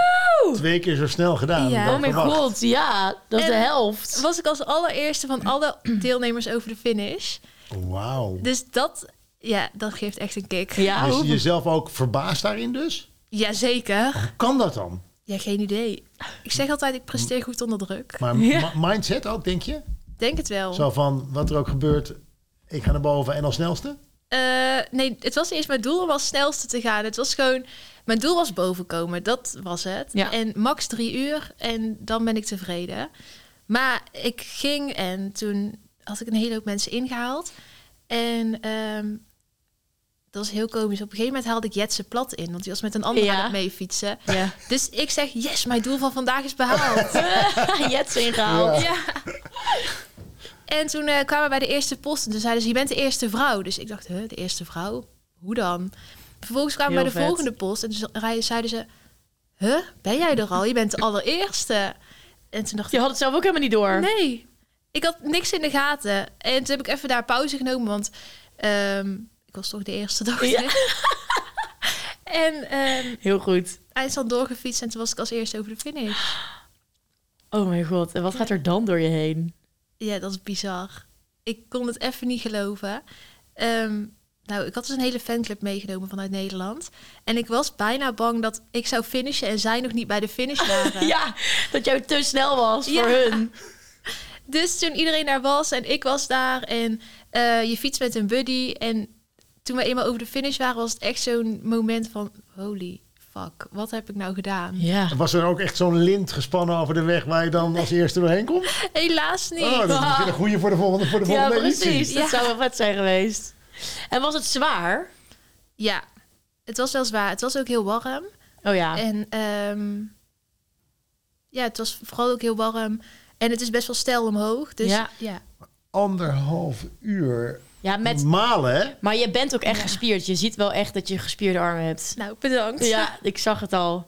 Speaker 2: twee keer zo snel gedaan.
Speaker 1: Ja.
Speaker 2: dan
Speaker 3: Oh mijn
Speaker 2: verwacht.
Speaker 3: god, ja. Dat is de
Speaker 1: En-
Speaker 3: helft.
Speaker 1: Was ik als allereerste van alle deelnemers over de finish.
Speaker 2: Wauw.
Speaker 1: Dus dat, ja, dat geeft echt een kick.
Speaker 3: Ja,
Speaker 2: Dus Je
Speaker 3: hoe-
Speaker 2: ziet jezelf ook verbaasd daarin dus?
Speaker 1: Jazeker.
Speaker 2: Hoe kan dat dan?
Speaker 1: Ja, geen idee. Ik zeg altijd, ik presteer goed onder druk.
Speaker 2: Maar
Speaker 3: Ja.
Speaker 2: ma- mindset ook, denk je?
Speaker 1: Denk het wel.
Speaker 2: Zo van, wat er ook gebeurt, ik ga naar boven en als snelste?
Speaker 1: Eh, nee, het was niet eens mijn doel om als snelste te gaan. Het was gewoon, mijn doel was bovenkomen. Dat was het.
Speaker 3: Ja.
Speaker 1: En max drie uur en dan ben ik tevreden. Maar ik ging en toen had ik een hele hoop mensen ingehaald. En ehm, dat was heel komisch. Op een gegeven moment haalde ik Jetse plat in, want die was met een ander
Speaker 3: Ja.
Speaker 1: aan het mee fietsen.
Speaker 3: Ja.
Speaker 1: Dus ik zeg, yes, mijn doel van vandaag is behaald.
Speaker 3: Jets ingehaald.
Speaker 1: Ja. En toen eh, kwamen we bij de eerste post. En toen zeiden ze, je bent de eerste vrouw. Dus ik dacht, huh, de eerste vrouw? Hoe dan? Vervolgens kwamen we
Speaker 3: Heel
Speaker 1: bij de
Speaker 3: vet.
Speaker 1: volgende post. En toen ze- zeiden ze, huh, ben jij er al? Je bent de allereerste. En toen dacht
Speaker 3: Je
Speaker 1: ik,
Speaker 3: had het zelf ook helemaal niet door.
Speaker 1: nee. Ik had niks in de gaten. En toen heb ik even daar pauze genomen, want ehm, ik was toch de eerste, dacht
Speaker 3: Ja.
Speaker 1: ik. En ehm
Speaker 3: Heel goed.
Speaker 1: eindstand doorgefietst en toen was ik als eerste over de finish.
Speaker 3: Oh mijn god, en wat gaat er dan door je heen?
Speaker 1: Ja, dat is bizar. Ik kon het even niet geloven. Ehm, nou, ik had dus een hele fanclub meegenomen vanuit Nederland. En ik was bijna bang dat ik zou finishen en zij nog niet bij de finish waren.
Speaker 3: Ja, dat jij te snel was
Speaker 1: Ja.
Speaker 3: voor hun.
Speaker 1: Dus toen iedereen daar was en ik was daar en eh, je fietst met een buddy. En toen we eenmaal over de finish waren, was het echt zo'n moment van holy fuck, wat heb ik nou gedaan?
Speaker 3: Ja.
Speaker 2: En Was er ook echt zo'n lint gespannen over de weg waar je dan als eerste doorheen komt?
Speaker 1: Helaas niet.
Speaker 2: Oh, dat is misschien een goede voor de volgende, voor de
Speaker 3: Ja,
Speaker 2: volgende
Speaker 3: precies.
Speaker 2: editie.
Speaker 3: Dat
Speaker 1: Ja.
Speaker 3: zou wel vet zijn geweest. En was het zwaar?
Speaker 1: Ja, het was wel zwaar. Het was ook heel warm.
Speaker 3: Oh ja.
Speaker 1: En ehm, ja, het was vooral ook heel warm. En het is best wel stijl omhoog. Dus
Speaker 3: Ja.
Speaker 1: ja.
Speaker 2: Anderhalf uur
Speaker 3: Ja, met...
Speaker 2: malen, hè?
Speaker 3: Maar je bent ook echt gespierd. Je ziet wel echt dat je gespierde armen hebt.
Speaker 1: Nou, bedankt.
Speaker 3: Ja, ik zag het al.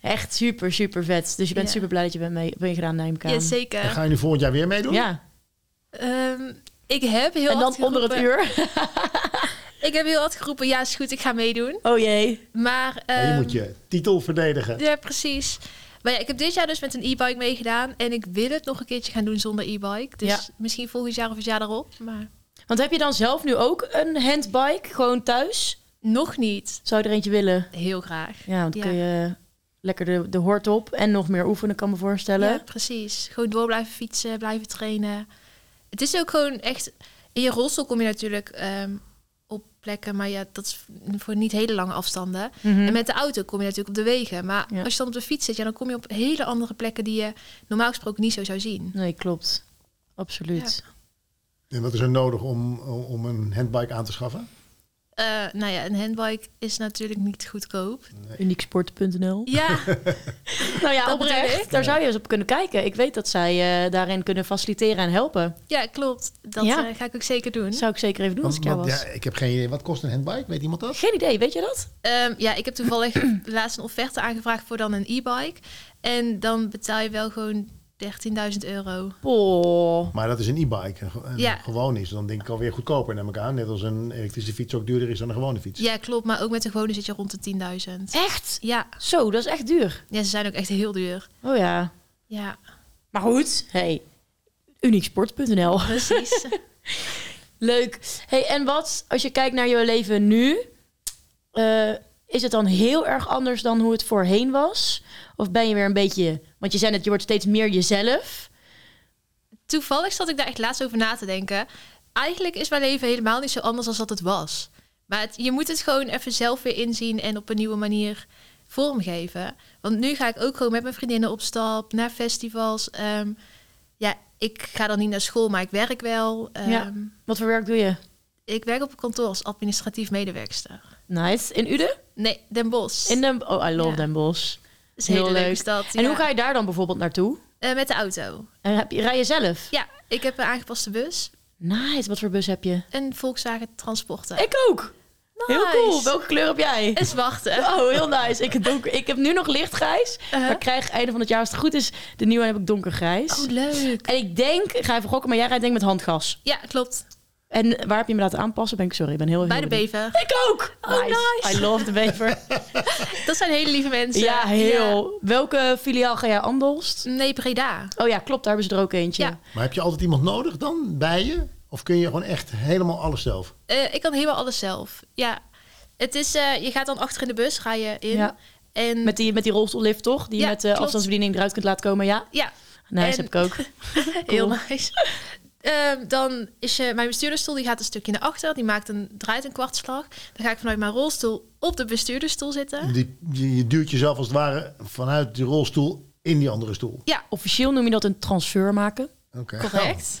Speaker 3: Echt super, super vet. Dus je bent
Speaker 1: Ja.
Speaker 3: super blij dat je bent mee, meegedaan naar MK.
Speaker 1: Ja, zeker.
Speaker 2: En ga je nu volgend jaar weer meedoen?
Speaker 3: Ja.
Speaker 1: Ehm, ik heb heel
Speaker 3: En
Speaker 1: hard
Speaker 3: dan onder het
Speaker 1: geroepen-
Speaker 3: uur.
Speaker 1: Ik heb heel hard geroepen, ja, is goed, ik ga meedoen.
Speaker 3: Oh jee.
Speaker 1: Maar...
Speaker 2: En je
Speaker 1: ehm,
Speaker 2: moet je titel verdedigen.
Speaker 1: Ja, precies. Maar ja, ik heb dit jaar dus met een e-bike meegedaan. En ik wil het nog een keertje gaan doen zonder e-bike. Dus
Speaker 3: Ja.
Speaker 1: misschien volgend jaar of het jaar daarop. Maar
Speaker 3: Want heb je dan zelf nu ook een handbike gewoon thuis?
Speaker 1: nog niet.
Speaker 3: Zou je er eentje willen?
Speaker 1: Heel graag.
Speaker 3: Ja, want dan
Speaker 1: Ja.
Speaker 3: kun je lekker de, de hort op en nog meer oefenen, kan me voorstellen.
Speaker 1: Ja, precies. Gewoon door blijven fietsen, blijven trainen. Het is ook gewoon echt... In je rolstoel kom je natuurlijk ehm, op plekken, maar ja, dat is voor niet hele lange afstanden.
Speaker 3: Mhm.
Speaker 1: En met de auto kom je natuurlijk op de wegen. Maar
Speaker 3: Ja.
Speaker 1: als je dan op de fiets zit, ja, dan kom je op hele andere plekken die je normaal gesproken niet zo zou zien.
Speaker 3: Nee, klopt. Absoluut.
Speaker 2: En wat is er nodig om, om een handbike aan te schaffen?
Speaker 1: Eh, nou ja, een handbike is natuurlijk niet goedkoop.
Speaker 3: Unieksporten.nl.
Speaker 1: Ja,
Speaker 3: Nou ja,
Speaker 1: Dat bedoel
Speaker 3: oprecht.
Speaker 1: ik.
Speaker 3: Daar zou je eens op kunnen kijken. Ik weet dat zij eh, daarin kunnen faciliteren en helpen.
Speaker 1: ja klopt. Dat
Speaker 3: Ja.
Speaker 1: eh, ga ik ook zeker doen.
Speaker 3: Dat zou ik zeker even doen als ik jou
Speaker 2: Want-
Speaker 3: was.
Speaker 2: want- ja, ik heb geen idee. Wat kost een handbike? Weet iemand dat?
Speaker 3: Geen idee, weet je dat?
Speaker 1: Ehm, ja, ik heb toevallig laatst een offerte aangevraagd voor dan een e-bike. En dan betaal je wel gewoon 13.000 euro.
Speaker 3: Oh.
Speaker 2: Maar dat is een e-bike. Een, ge- een
Speaker 1: Ja.
Speaker 2: gewoon is. Dan denk ik alweer goedkoper, neem ik aan. Net als een elektrische fiets ook duurder is dan een gewone fiets.
Speaker 1: Ja, klopt. Maar ook met de gewone zit je rond de 10.000.
Speaker 3: Echt?
Speaker 1: Ja.
Speaker 3: Zo, dat is echt duur.
Speaker 1: ja, ze zijn ook echt heel duur.
Speaker 3: Oh ja.
Speaker 1: Ja,
Speaker 3: Maar goed, hey, unieksport.nl.
Speaker 1: precies.
Speaker 3: Leuk. Hey, en wat, als je kijkt naar jouw leven nu, eh, Is het dan heel erg anders dan hoe het voorheen was? Of ben je weer een beetje... Want je zei net, je wordt steeds meer jezelf.
Speaker 1: Toevallig zat ik daar echt laatst over na te denken. Eigenlijk is mijn leven helemaal niet zo anders als dat het was. Maar het- je moet het gewoon even zelf weer inzien en op een nieuwe manier vormgeven. Want nu ga ik ook gewoon met mijn vriendinnen op stap, naar festivals. Ehm, ja, ik ga dan niet naar school, maar ik werk wel. Ehm,
Speaker 3: Ja. Wat voor werk doe je?
Speaker 1: Ik werk op een kantoor als administratief medewerkster.
Speaker 3: Nice. In Uden?
Speaker 1: Nee, Den Bosch.
Speaker 3: In Den... Oh, I love
Speaker 1: Ja.
Speaker 3: Den Bosch.
Speaker 1: is
Speaker 3: heel
Speaker 1: hele leuke
Speaker 3: leuk.
Speaker 1: stad,
Speaker 3: En
Speaker 1: ja.
Speaker 3: hoe ga je daar dan bijvoorbeeld naartoe?
Speaker 1: Eh, met de auto.
Speaker 3: En heb je, rij je zelf?
Speaker 1: Ja, ik heb een aangepaste bus.
Speaker 3: Nice. Wat voor bus heb je?
Speaker 1: Een Volkswagen Transporter.
Speaker 3: Ik ook. Heel cool. Welke kleur heb jij?
Speaker 1: Is wachten.
Speaker 3: Oh, heel nice. Ik, heb donker, ik heb nu nog lichtgrijs.
Speaker 1: Uh-huh.
Speaker 3: Maar ik krijg einde van het jaar, als het goed is, de nieuwe heb ik donkergrijs.
Speaker 1: Oh, leuk.
Speaker 3: En ik denk, ik ga even gokken, maar jij rijdt denk ik met handgas.
Speaker 1: Ja, klopt.
Speaker 3: En waar heb je me laten aanpassen? Ben ik sorry, ik ben Oh, heel
Speaker 1: Bij
Speaker 3: heel
Speaker 1: de
Speaker 3: benieuwd.
Speaker 1: bever.
Speaker 3: Ik ook!
Speaker 1: Oh, nice.
Speaker 3: I love de bever.
Speaker 1: Dat zijn hele lieve mensen.
Speaker 3: ja, heel. Welke filiaal ga jij Andelst?
Speaker 1: Ja. Nee, Breda.
Speaker 3: Oh ja, klopt, daar hebben ze er ook eentje.
Speaker 1: Ja.
Speaker 2: Maar heb je altijd iemand nodig dan bij je? Of kun je gewoon echt helemaal alles zelf?
Speaker 1: Eh, ik kan helemaal alles zelf. Ja. Het is, eh, je gaat dan achter in de bus, ga je in.
Speaker 3: Ja.
Speaker 1: En,
Speaker 3: Met die, met die rolstoellift toch? Die
Speaker 1: Mm.
Speaker 3: je
Speaker 1: Ja,
Speaker 3: met de
Speaker 1: klopt.
Speaker 3: afstandsbediening eruit kunt laten komen, ja?
Speaker 1: ja,
Speaker 3: Nice,
Speaker 1: En-
Speaker 3: heb ik ook.
Speaker 1: heel nice. Ehm, dan is je, mijn bestuurdersstoel die gaat een stukje naar achter. Die maakt een, draait een kwartslag. Dan ga ik vanuit mijn rolstoel op de bestuurdersstoel
Speaker 3: Mm.
Speaker 1: zitten.
Speaker 2: Die, je, je duwt jezelf als het ware vanuit die rolstoel in die andere stoel.
Speaker 1: Ja,
Speaker 3: Officieel noem je dat een transfer maken.
Speaker 2: Oké.
Speaker 1: correct.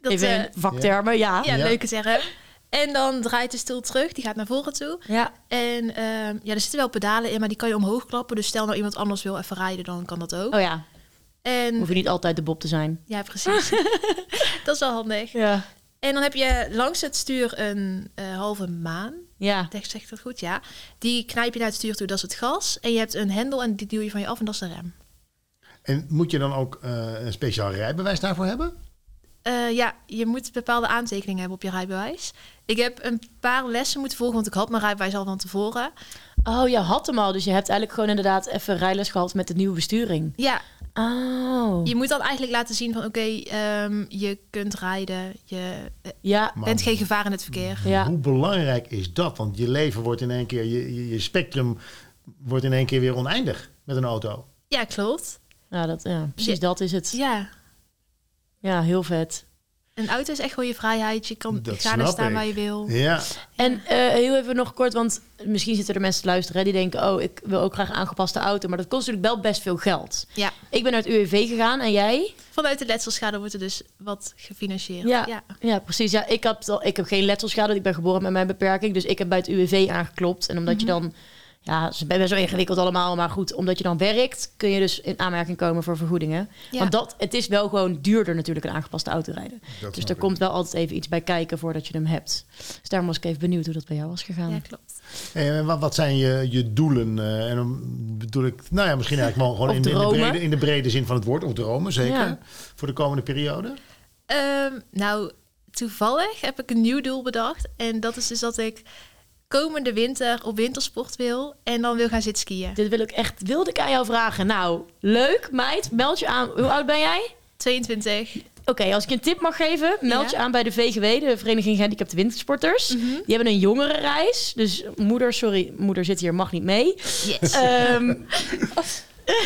Speaker 1: Dat,
Speaker 3: Even
Speaker 1: eh,
Speaker 3: in vaktermen, ja.
Speaker 1: ja,
Speaker 2: Ja.
Speaker 1: leuke term. En dan draait de stoel terug, die gaat naar voren toe.
Speaker 3: ja.
Speaker 1: En ehm, ja, er zitten wel pedalen in, maar die kan je omhoog klappen. Dus stel nou iemand anders wil even rijden, dan kan dat ook.
Speaker 3: Oh ja,
Speaker 1: En
Speaker 3: hoef je niet altijd de Bob te zijn.
Speaker 1: ja, precies. dat is wel handig.
Speaker 3: Ja.
Speaker 1: En dan heb je langs het stuur een eh, halve maan.
Speaker 3: Ja.
Speaker 1: Zeg zeg ik dat goed? Ja. Die knijp je naar het stuur toe, dat is het gas. En je hebt een hendel en die duw je van je af en dat is de rem.
Speaker 2: En moet je dan ook eh, een speciaal rijbewijs daarvoor hebben?
Speaker 1: Eh, ja, je moet bepaalde aantekeningen hebben op je rijbewijs. Ik heb een paar lessen moeten volgen, want ik had mijn rijbewijs al van tevoren.
Speaker 3: Oh, je had hem al. Dus je hebt eigenlijk gewoon inderdaad even rijles gehad met de nieuwe besturing.
Speaker 1: Ja,
Speaker 3: Oh.
Speaker 1: je moet dan eigenlijk laten zien van oké, ehm, je kunt rijden, je eh,
Speaker 3: Ja.
Speaker 2: Maar Mm-hmm.
Speaker 1: bent geen gevaar in het verkeer.
Speaker 3: Ja.
Speaker 2: Hoe belangrijk is dat? Want je leven wordt in één keer, je, je, je spectrum wordt in één keer weer oneindig met een auto.
Speaker 1: Ja, klopt.
Speaker 3: Ja, dat, ja, precies
Speaker 1: Ja.
Speaker 3: dat is het.
Speaker 1: Ja,
Speaker 3: Ja, heel vet.
Speaker 1: een auto is echt gewoon je vrijheid. Je kan
Speaker 2: Dat
Speaker 1: gaan en
Speaker 2: snap
Speaker 1: staan
Speaker 2: ik.
Speaker 1: waar je wil.
Speaker 2: Ja,
Speaker 3: En eh, heel even nog kort, want misschien zitten er mensen te luisteren hè, die denken... oh, ik wil ook graag een aangepaste auto. Maar dat kost natuurlijk wel best veel geld.
Speaker 1: Ja.
Speaker 3: Ik ben naar het UWV gegaan en jij?
Speaker 1: Vanuit de letselschade wordt er dus wat gefinancierd.
Speaker 3: Ja, ja. precies. Ja, ik, heb al, ik heb geen letselschade. Ik ben geboren met mijn beperking. Dus ik heb bij het UWV aangeklopt. En omdat
Speaker 1: Mhm.
Speaker 3: je dan... Ja, het is best wel ingewikkeld allemaal. Maar goed, omdat je dan werkt... kun je dus in aanmerking komen voor vergoedingen.
Speaker 1: Ja.
Speaker 3: Want dat, het is wel gewoon duurder natuurlijk... een aangepaste auto rijden.
Speaker 2: snap
Speaker 3: dus er
Speaker 2: ik.
Speaker 3: komt wel altijd even iets bij kijken... voordat je hem hebt. Dus daarom was ik even benieuwd hoe dat bij jou was gegaan.
Speaker 1: Ja, klopt.
Speaker 2: En Eh, wat, wat zijn je, je doelen? eh, en dan bedoel ik, nou ja, misschien eigenlijk wel
Speaker 3: Of
Speaker 2: gewoon in, in, de
Speaker 3: dromen.
Speaker 2: brede, in de brede zin van het woord, of dromen zeker,
Speaker 3: Ja.
Speaker 2: voor de komende periode.
Speaker 1: Ehm, nou, toevallig heb ik een nieuw doel bedacht. En dat is dus dat ik komende winter op wintersport wil. En dan wil gaan zitten skiën.
Speaker 3: Dit wil ik echt, wilde ik aan jou vragen. Nou, leuk meid, meld je aan. Hoe oud ben jij?
Speaker 1: 22.
Speaker 3: Oké, als ik je een tip mag geven, meld je
Speaker 1: Ja. Mhm.
Speaker 3: aan bij de VGW, de Vereniging Gehandicapte Wintersporters. Die hebben een jongerenreis. Dus moeder, sorry, moeder zit hier, mag niet mee.
Speaker 1: Yes.
Speaker 3: Ehm,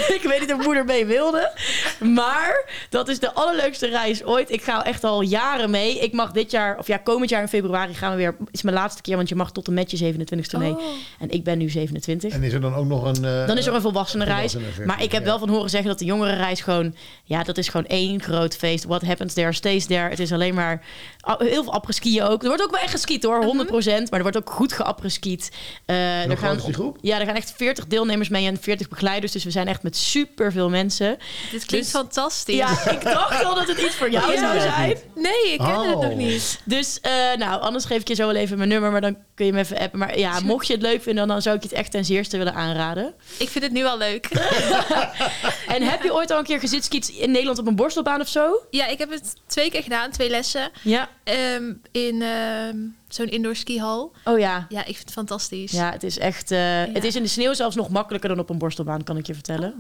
Speaker 3: ik weet niet of moeder mee wilde. Maar dat is de allerleukste reis ooit. Ik ga echt al jaren mee. Ik mag dit jaar, of ja, komend jaar in februari gaan we weer. is mijn laatste keer, want je mag tot en met je 27ste mee.
Speaker 1: Oh.
Speaker 3: En ik ben nu 27.
Speaker 2: En is er dan ook nog een... eh,
Speaker 3: Dan is er een volwassene reis.
Speaker 2: volwassenenversie,
Speaker 3: Maar ik heb
Speaker 2: ja.
Speaker 3: wel van horen zeggen dat de jongerenreis gewoon... Ja, dat is gewoon één groot feest. What happens there stays there. Het is alleen maar a- heel veel apres-skiën ook. Er wordt ook wel echt geskiet
Speaker 1: Mhm.
Speaker 3: hoor, 100%. Maar er wordt ook goed geapres-skiet. Eh,
Speaker 2: Hoe
Speaker 3: er
Speaker 2: groot is die groep?
Speaker 3: Ja, er gaan echt 40 deelnemers mee en 40 begeleiders. Dus we zijn echt met superveel mensen.
Speaker 1: Dit klinkt
Speaker 3: dus-
Speaker 1: fantastisch.
Speaker 3: Ja, ik dacht al dat het iets voor jou
Speaker 1: Ja.
Speaker 3: zou zijn.
Speaker 1: Nee, ik ken het nog
Speaker 2: Oh.
Speaker 1: niet.
Speaker 3: Dus eh, nou, anders geef ik je zo wel even mijn nummer. Maar dan kun je me even appen. Maar ja, mocht je het leuk vinden, dan zou ik je het echt ten zeerste willen aanraden.
Speaker 1: Ik vind het nu al leuk.
Speaker 3: En heb je ooit al een keer gezitskiet in Nederland op een borstelbaan of zo?
Speaker 1: Ja, ik heb het twee keer gedaan, twee lessen.
Speaker 3: Ja.
Speaker 1: ehm, in ehm, zo'n indoor skihal.
Speaker 3: Oh ja.
Speaker 1: Ja, ik vind het fantastisch.
Speaker 3: Ja, het is echt. eh, Het is in de sneeuw zelfs nog makkelijker dan op een borstelbaan, kan ik je vertellen.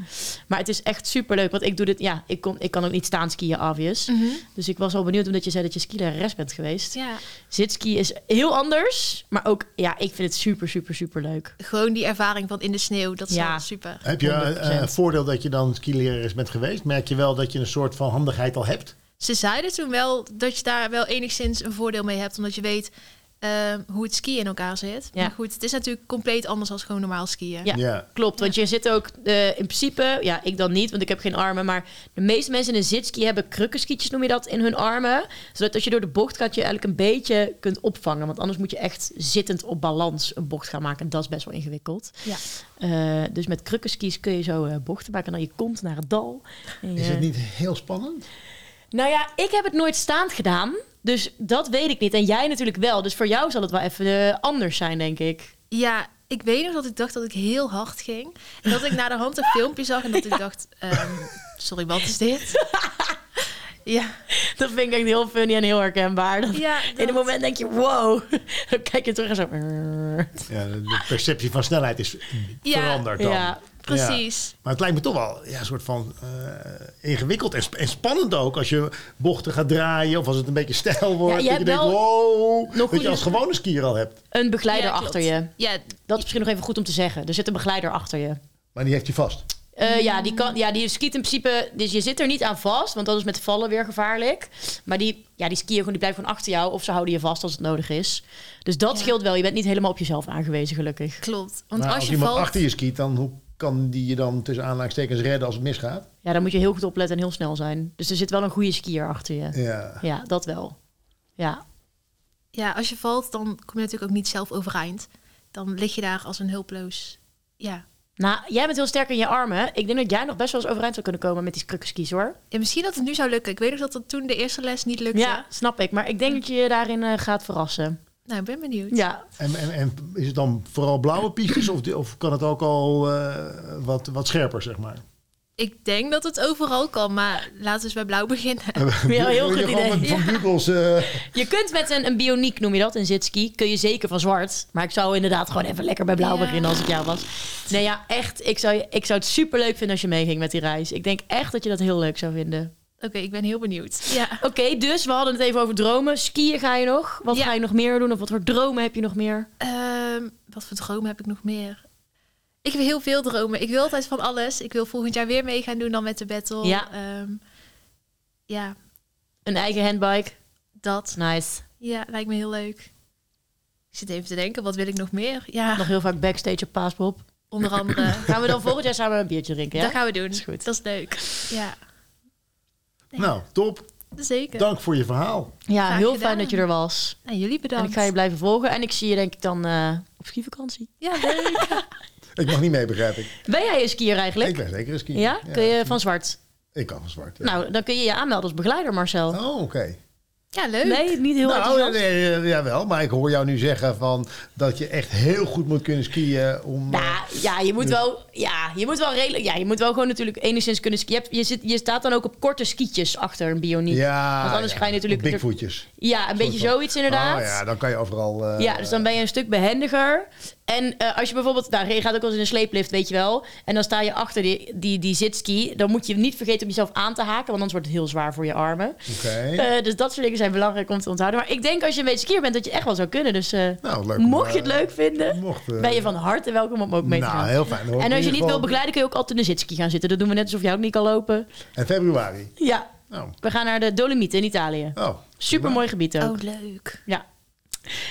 Speaker 3: Maar het is echt superleuk. Want ik doe dit. Ja, ik, kon, ik kan ook niet staan skiën, obvious.
Speaker 1: Mhm.
Speaker 3: Dus ik was al benieuwd omdat je zei dat je skileres bent geweest.
Speaker 1: ja.
Speaker 3: Zitski is heel anders. Maar ook, ja, ik vind het super, super, super leuk.
Speaker 1: Gewoon die ervaring van in de sneeuw, dat is
Speaker 3: Ja.
Speaker 1: wel super.
Speaker 2: Heb je eh,
Speaker 3: 100%.
Speaker 2: een voordeel dat je dan skilerares bent geweest? Merk je wel dat je een soort van handigheid al hebt?
Speaker 1: Ze zeiden toen wel dat je daar wel enigszins een voordeel mee hebt, omdat je weet ehm, hoe het skiën in elkaar zit.
Speaker 3: Ja.
Speaker 1: Maar goed, het is natuurlijk compleet anders dan gewoon normaal skiën.
Speaker 3: Ja. Klopt, want je zit ook eh, in principe, ja, ik dan niet, want ik heb geen armen. Maar de meeste mensen in een zitski hebben krukkenskietjes, noem je dat, in hun armen. Zodat als je door de bocht gaat, je eigenlijk een beetje kunt opvangen. Want anders moet je echt zittend op balans een bocht gaan maken. En dat is best wel ingewikkeld.
Speaker 1: Ja.
Speaker 3: Eh, dus met krukkenskies kun je zo eh, bochten maken. En dan je komt naar het dal. En
Speaker 2: Is
Speaker 3: je-
Speaker 2: het niet heel spannend?
Speaker 3: Nou ja, ik heb het nooit staand gedaan. Dus dat weet ik niet. En jij natuurlijk wel. Dus voor jou zal het wel even eh, anders zijn, denk ik.
Speaker 1: Ja, ik weet nog dat ik dacht dat ik heel hard ging. En dat ik naar de hand een filmpje zag en dat ik dacht, ehm, sorry, wat is dit? ja,
Speaker 3: Dat vind ik echt heel funny en heel herkenbaar. Dat-
Speaker 1: ja
Speaker 3: In
Speaker 1: dat-
Speaker 3: het moment denk je, wow. Dan kijk je terug en zo... "Rrr."
Speaker 2: Ja, de perceptie van snelheid is
Speaker 1: Ja,
Speaker 2: veranderd dan.
Speaker 3: ja,
Speaker 1: Precies.
Speaker 2: Maar het lijkt me toch wel ja, een soort van eh, ingewikkeld en, sp- en spannend ook. Als je bochten gaat draaien of als het een beetje stijl wordt.
Speaker 3: je
Speaker 2: dat
Speaker 3: hebt
Speaker 2: je denkt,
Speaker 3: wel
Speaker 2: wow,
Speaker 3: nog
Speaker 2: dat je
Speaker 3: goede-
Speaker 2: als gewone skier al hebt.
Speaker 3: Een begeleider
Speaker 1: Ja, klopt.
Speaker 3: achter je.
Speaker 1: Ja,
Speaker 3: Dat is misschien nog even goed om te zeggen. Er zit een begeleider achter je.
Speaker 2: Maar die heeft je vast.
Speaker 3: Eh, ja, die kan, ja, die skiet in principe... Dus je zit er niet aan vast, want dat is met vallen weer gevaarlijk. Maar die, ja, die skiën gewoon, die blijven gewoon achter jou. Of ze houden je vast als het nodig is. Dus dat
Speaker 1: Ja.
Speaker 3: scheelt wel. Je bent niet helemaal op jezelf aangewezen, gelukkig.
Speaker 1: klopt. Want
Speaker 2: Maar
Speaker 1: als,
Speaker 2: Nou, als,
Speaker 1: je
Speaker 2: iemand
Speaker 1: valt...
Speaker 2: achter je skiet, dan hoe kan die je dan tussen aanhalingstekens redden als het misgaat?
Speaker 3: Ja, dan moet je heel goed opletten en heel snel zijn. Dus er zit wel een goede skier achter je.
Speaker 2: Ja.
Speaker 3: Ja, dat wel. Ja,
Speaker 1: Ja, als je valt, dan kom je natuurlijk ook niet zelf overeind. Dan lig je daar als een hulpeloos. Ja.
Speaker 3: Nou, jij bent heel sterk in je armen. Ik denk dat jij nog best wel eens overeind zou kunnen komen met die krukkenskies, hoor.
Speaker 1: En misschien dat het nu zou lukken. Ik weet nog dat dat toen de eerste les niet lukte.
Speaker 3: Ja, snap ik. Maar ik denk dat je je daarin eh, gaat verrassen.
Speaker 1: Nou, ik ben benieuwd.
Speaker 3: Ja.
Speaker 2: En, en, en is het dan vooral blauwe pietjes of, die- of kan het ook al eh, wat, wat scherper, zeg maar?
Speaker 1: Ik denk dat het overal kan, maar laten we eens bij blauw beginnen.
Speaker 3: Ja, heel goed
Speaker 2: Je gewoon
Speaker 3: idee.
Speaker 2: met Van Bugels, eh,
Speaker 3: Je kunt met een, een bioniek, noem je dat, een zitski, kun je zeker van zwart. Maar ik zou inderdaad gewoon even lekker bij blauw
Speaker 1: Ja.
Speaker 3: beginnen als ik jou was. Nee, ja, echt. Ik zou, je- ik zou het superleuk vinden als je meeging met die reis. Ik denk echt dat je dat heel leuk zou vinden.
Speaker 1: Oké, ik ben heel benieuwd. Ja.
Speaker 3: Oké, dus we hadden het even over dromen. Skiën ga je nog? Wat
Speaker 1: Ja.
Speaker 3: ga je nog meer doen? Of wat voor dromen heb je nog meer?
Speaker 1: Ehm, wat voor dromen heb ik nog meer? Ik heb heel veel dromen. Ik wil altijd van alles. Ik wil volgend jaar weer mee gaan doen dan met de battle.
Speaker 3: Ja.
Speaker 1: Ehm, ja,
Speaker 3: Een eigen handbike?
Speaker 1: dat.
Speaker 3: Nice.
Speaker 1: Ja, lijkt me heel leuk. Ik zit even te denken, wat wil ik nog meer? Ja,
Speaker 3: Nog heel vaak backstage op Paaspop.
Speaker 1: onder andere.
Speaker 3: Ah. Eh, Gaan we dan volgend jaar samen een biertje drinken?
Speaker 1: Dat
Speaker 3: Ja?
Speaker 1: gaan we doen.
Speaker 3: Is goed.
Speaker 1: Dat is leuk. Ja,
Speaker 2: nou, top.
Speaker 1: zeker.
Speaker 2: Dank voor je verhaal.
Speaker 3: ja,
Speaker 1: Graag
Speaker 3: heel
Speaker 1: gedaan.
Speaker 3: fijn dat je er was.
Speaker 1: En jullie bedankt.
Speaker 3: En ik ga je blijven volgen. En ik zie je denk ik dan eh, op skivakantie.
Speaker 1: Ja, leuk.
Speaker 2: Ik mag niet mee, begrijp ik.
Speaker 3: Ben jij een skier eigenlijk?
Speaker 2: Ik ben zeker een skier.
Speaker 3: ja? Kun je van zwart?
Speaker 2: Ik kan van zwart. ja.
Speaker 3: Nou, dan kun je je aanmelden als begeleider, Marcel.
Speaker 2: Oh, oké.
Speaker 1: ja, leuk.
Speaker 3: Nee, niet heel
Speaker 2: Nou,
Speaker 3: enthousiast.
Speaker 2: nee, nee, nee, jawel, maar ik hoor jou nu zeggen van dat je echt heel goed moet kunnen skiën om... eh,
Speaker 3: Nou, ja, je moet wel, ja, je moet wel redelijk, ja, je moet wel gewoon natuurlijk enigszins kunnen skiën. Je, hebt- je, zit, je staat dan ook op korte skietjes achter een bioniek.
Speaker 2: ja,
Speaker 3: Want anders
Speaker 2: ja,
Speaker 3: ga je natuurlijk-
Speaker 2: Bigfootjes.
Speaker 3: Ja, een beetje
Speaker 2: Soort van.
Speaker 3: zoiets inderdaad.
Speaker 2: Oh ja, dan kan je overal... eh,
Speaker 3: Ja, dus dan ben je een stuk behendiger. En eh, als je bijvoorbeeld, nou, je gaat ook wel eens in een sleeplift, weet je wel. En dan sta je achter die, die, die zitski. Dan moet je niet vergeten om jezelf aan te haken, want anders wordt het heel zwaar voor je armen.
Speaker 2: Oké.
Speaker 3: Eh, dus dat soort dingen zijn belangrijk om te onthouden. Maar ik denk als je een beetje skier bent, dat je echt wel zou kunnen. Dus eh,
Speaker 2: nou, leuk. om,
Speaker 3: mocht je het
Speaker 2: eh,
Speaker 3: leuk vinden,
Speaker 2: mocht, eh,
Speaker 3: ben je van harte welkom om ook mee te
Speaker 2: Nou,
Speaker 3: gaan.
Speaker 2: heel fijn. hoor.
Speaker 3: En als
Speaker 2: In
Speaker 3: je niet
Speaker 2: ieder
Speaker 3: wil
Speaker 2: geval-
Speaker 3: begeleiden, kun je ook altijd in een zitski gaan zitten. Dat doen we net alsof jij ook niet kan lopen.
Speaker 2: En februari.
Speaker 3: Ja,
Speaker 2: Nou,
Speaker 3: we gaan naar de Dolomieten in Italië.
Speaker 2: oh.
Speaker 3: Super mooi gebied ook.
Speaker 1: Oh, leuk.
Speaker 3: Ja.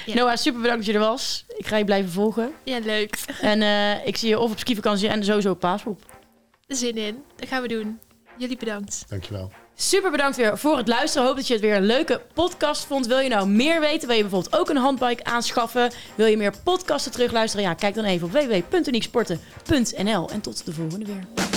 Speaker 1: Ja.
Speaker 3: Noah, super bedankt dat je er was. Ik ga je blijven volgen.
Speaker 1: Ja, leuk.
Speaker 3: En eh, ik zie je of op skivakantie en sowieso op paaspoep.
Speaker 1: Zin in. Dat gaan we doen. Jullie bedankt.
Speaker 2: Dankjewel.
Speaker 3: Super bedankt weer voor het luisteren. Hoop dat je het weer een leuke podcast vond. Wil je nou meer weten? Wil je bijvoorbeeld ook een handbike aanschaffen? Wil je meer podcasten terugluisteren? Ja, kijk dan even op www.unieksporten.nl. En tot de volgende weer.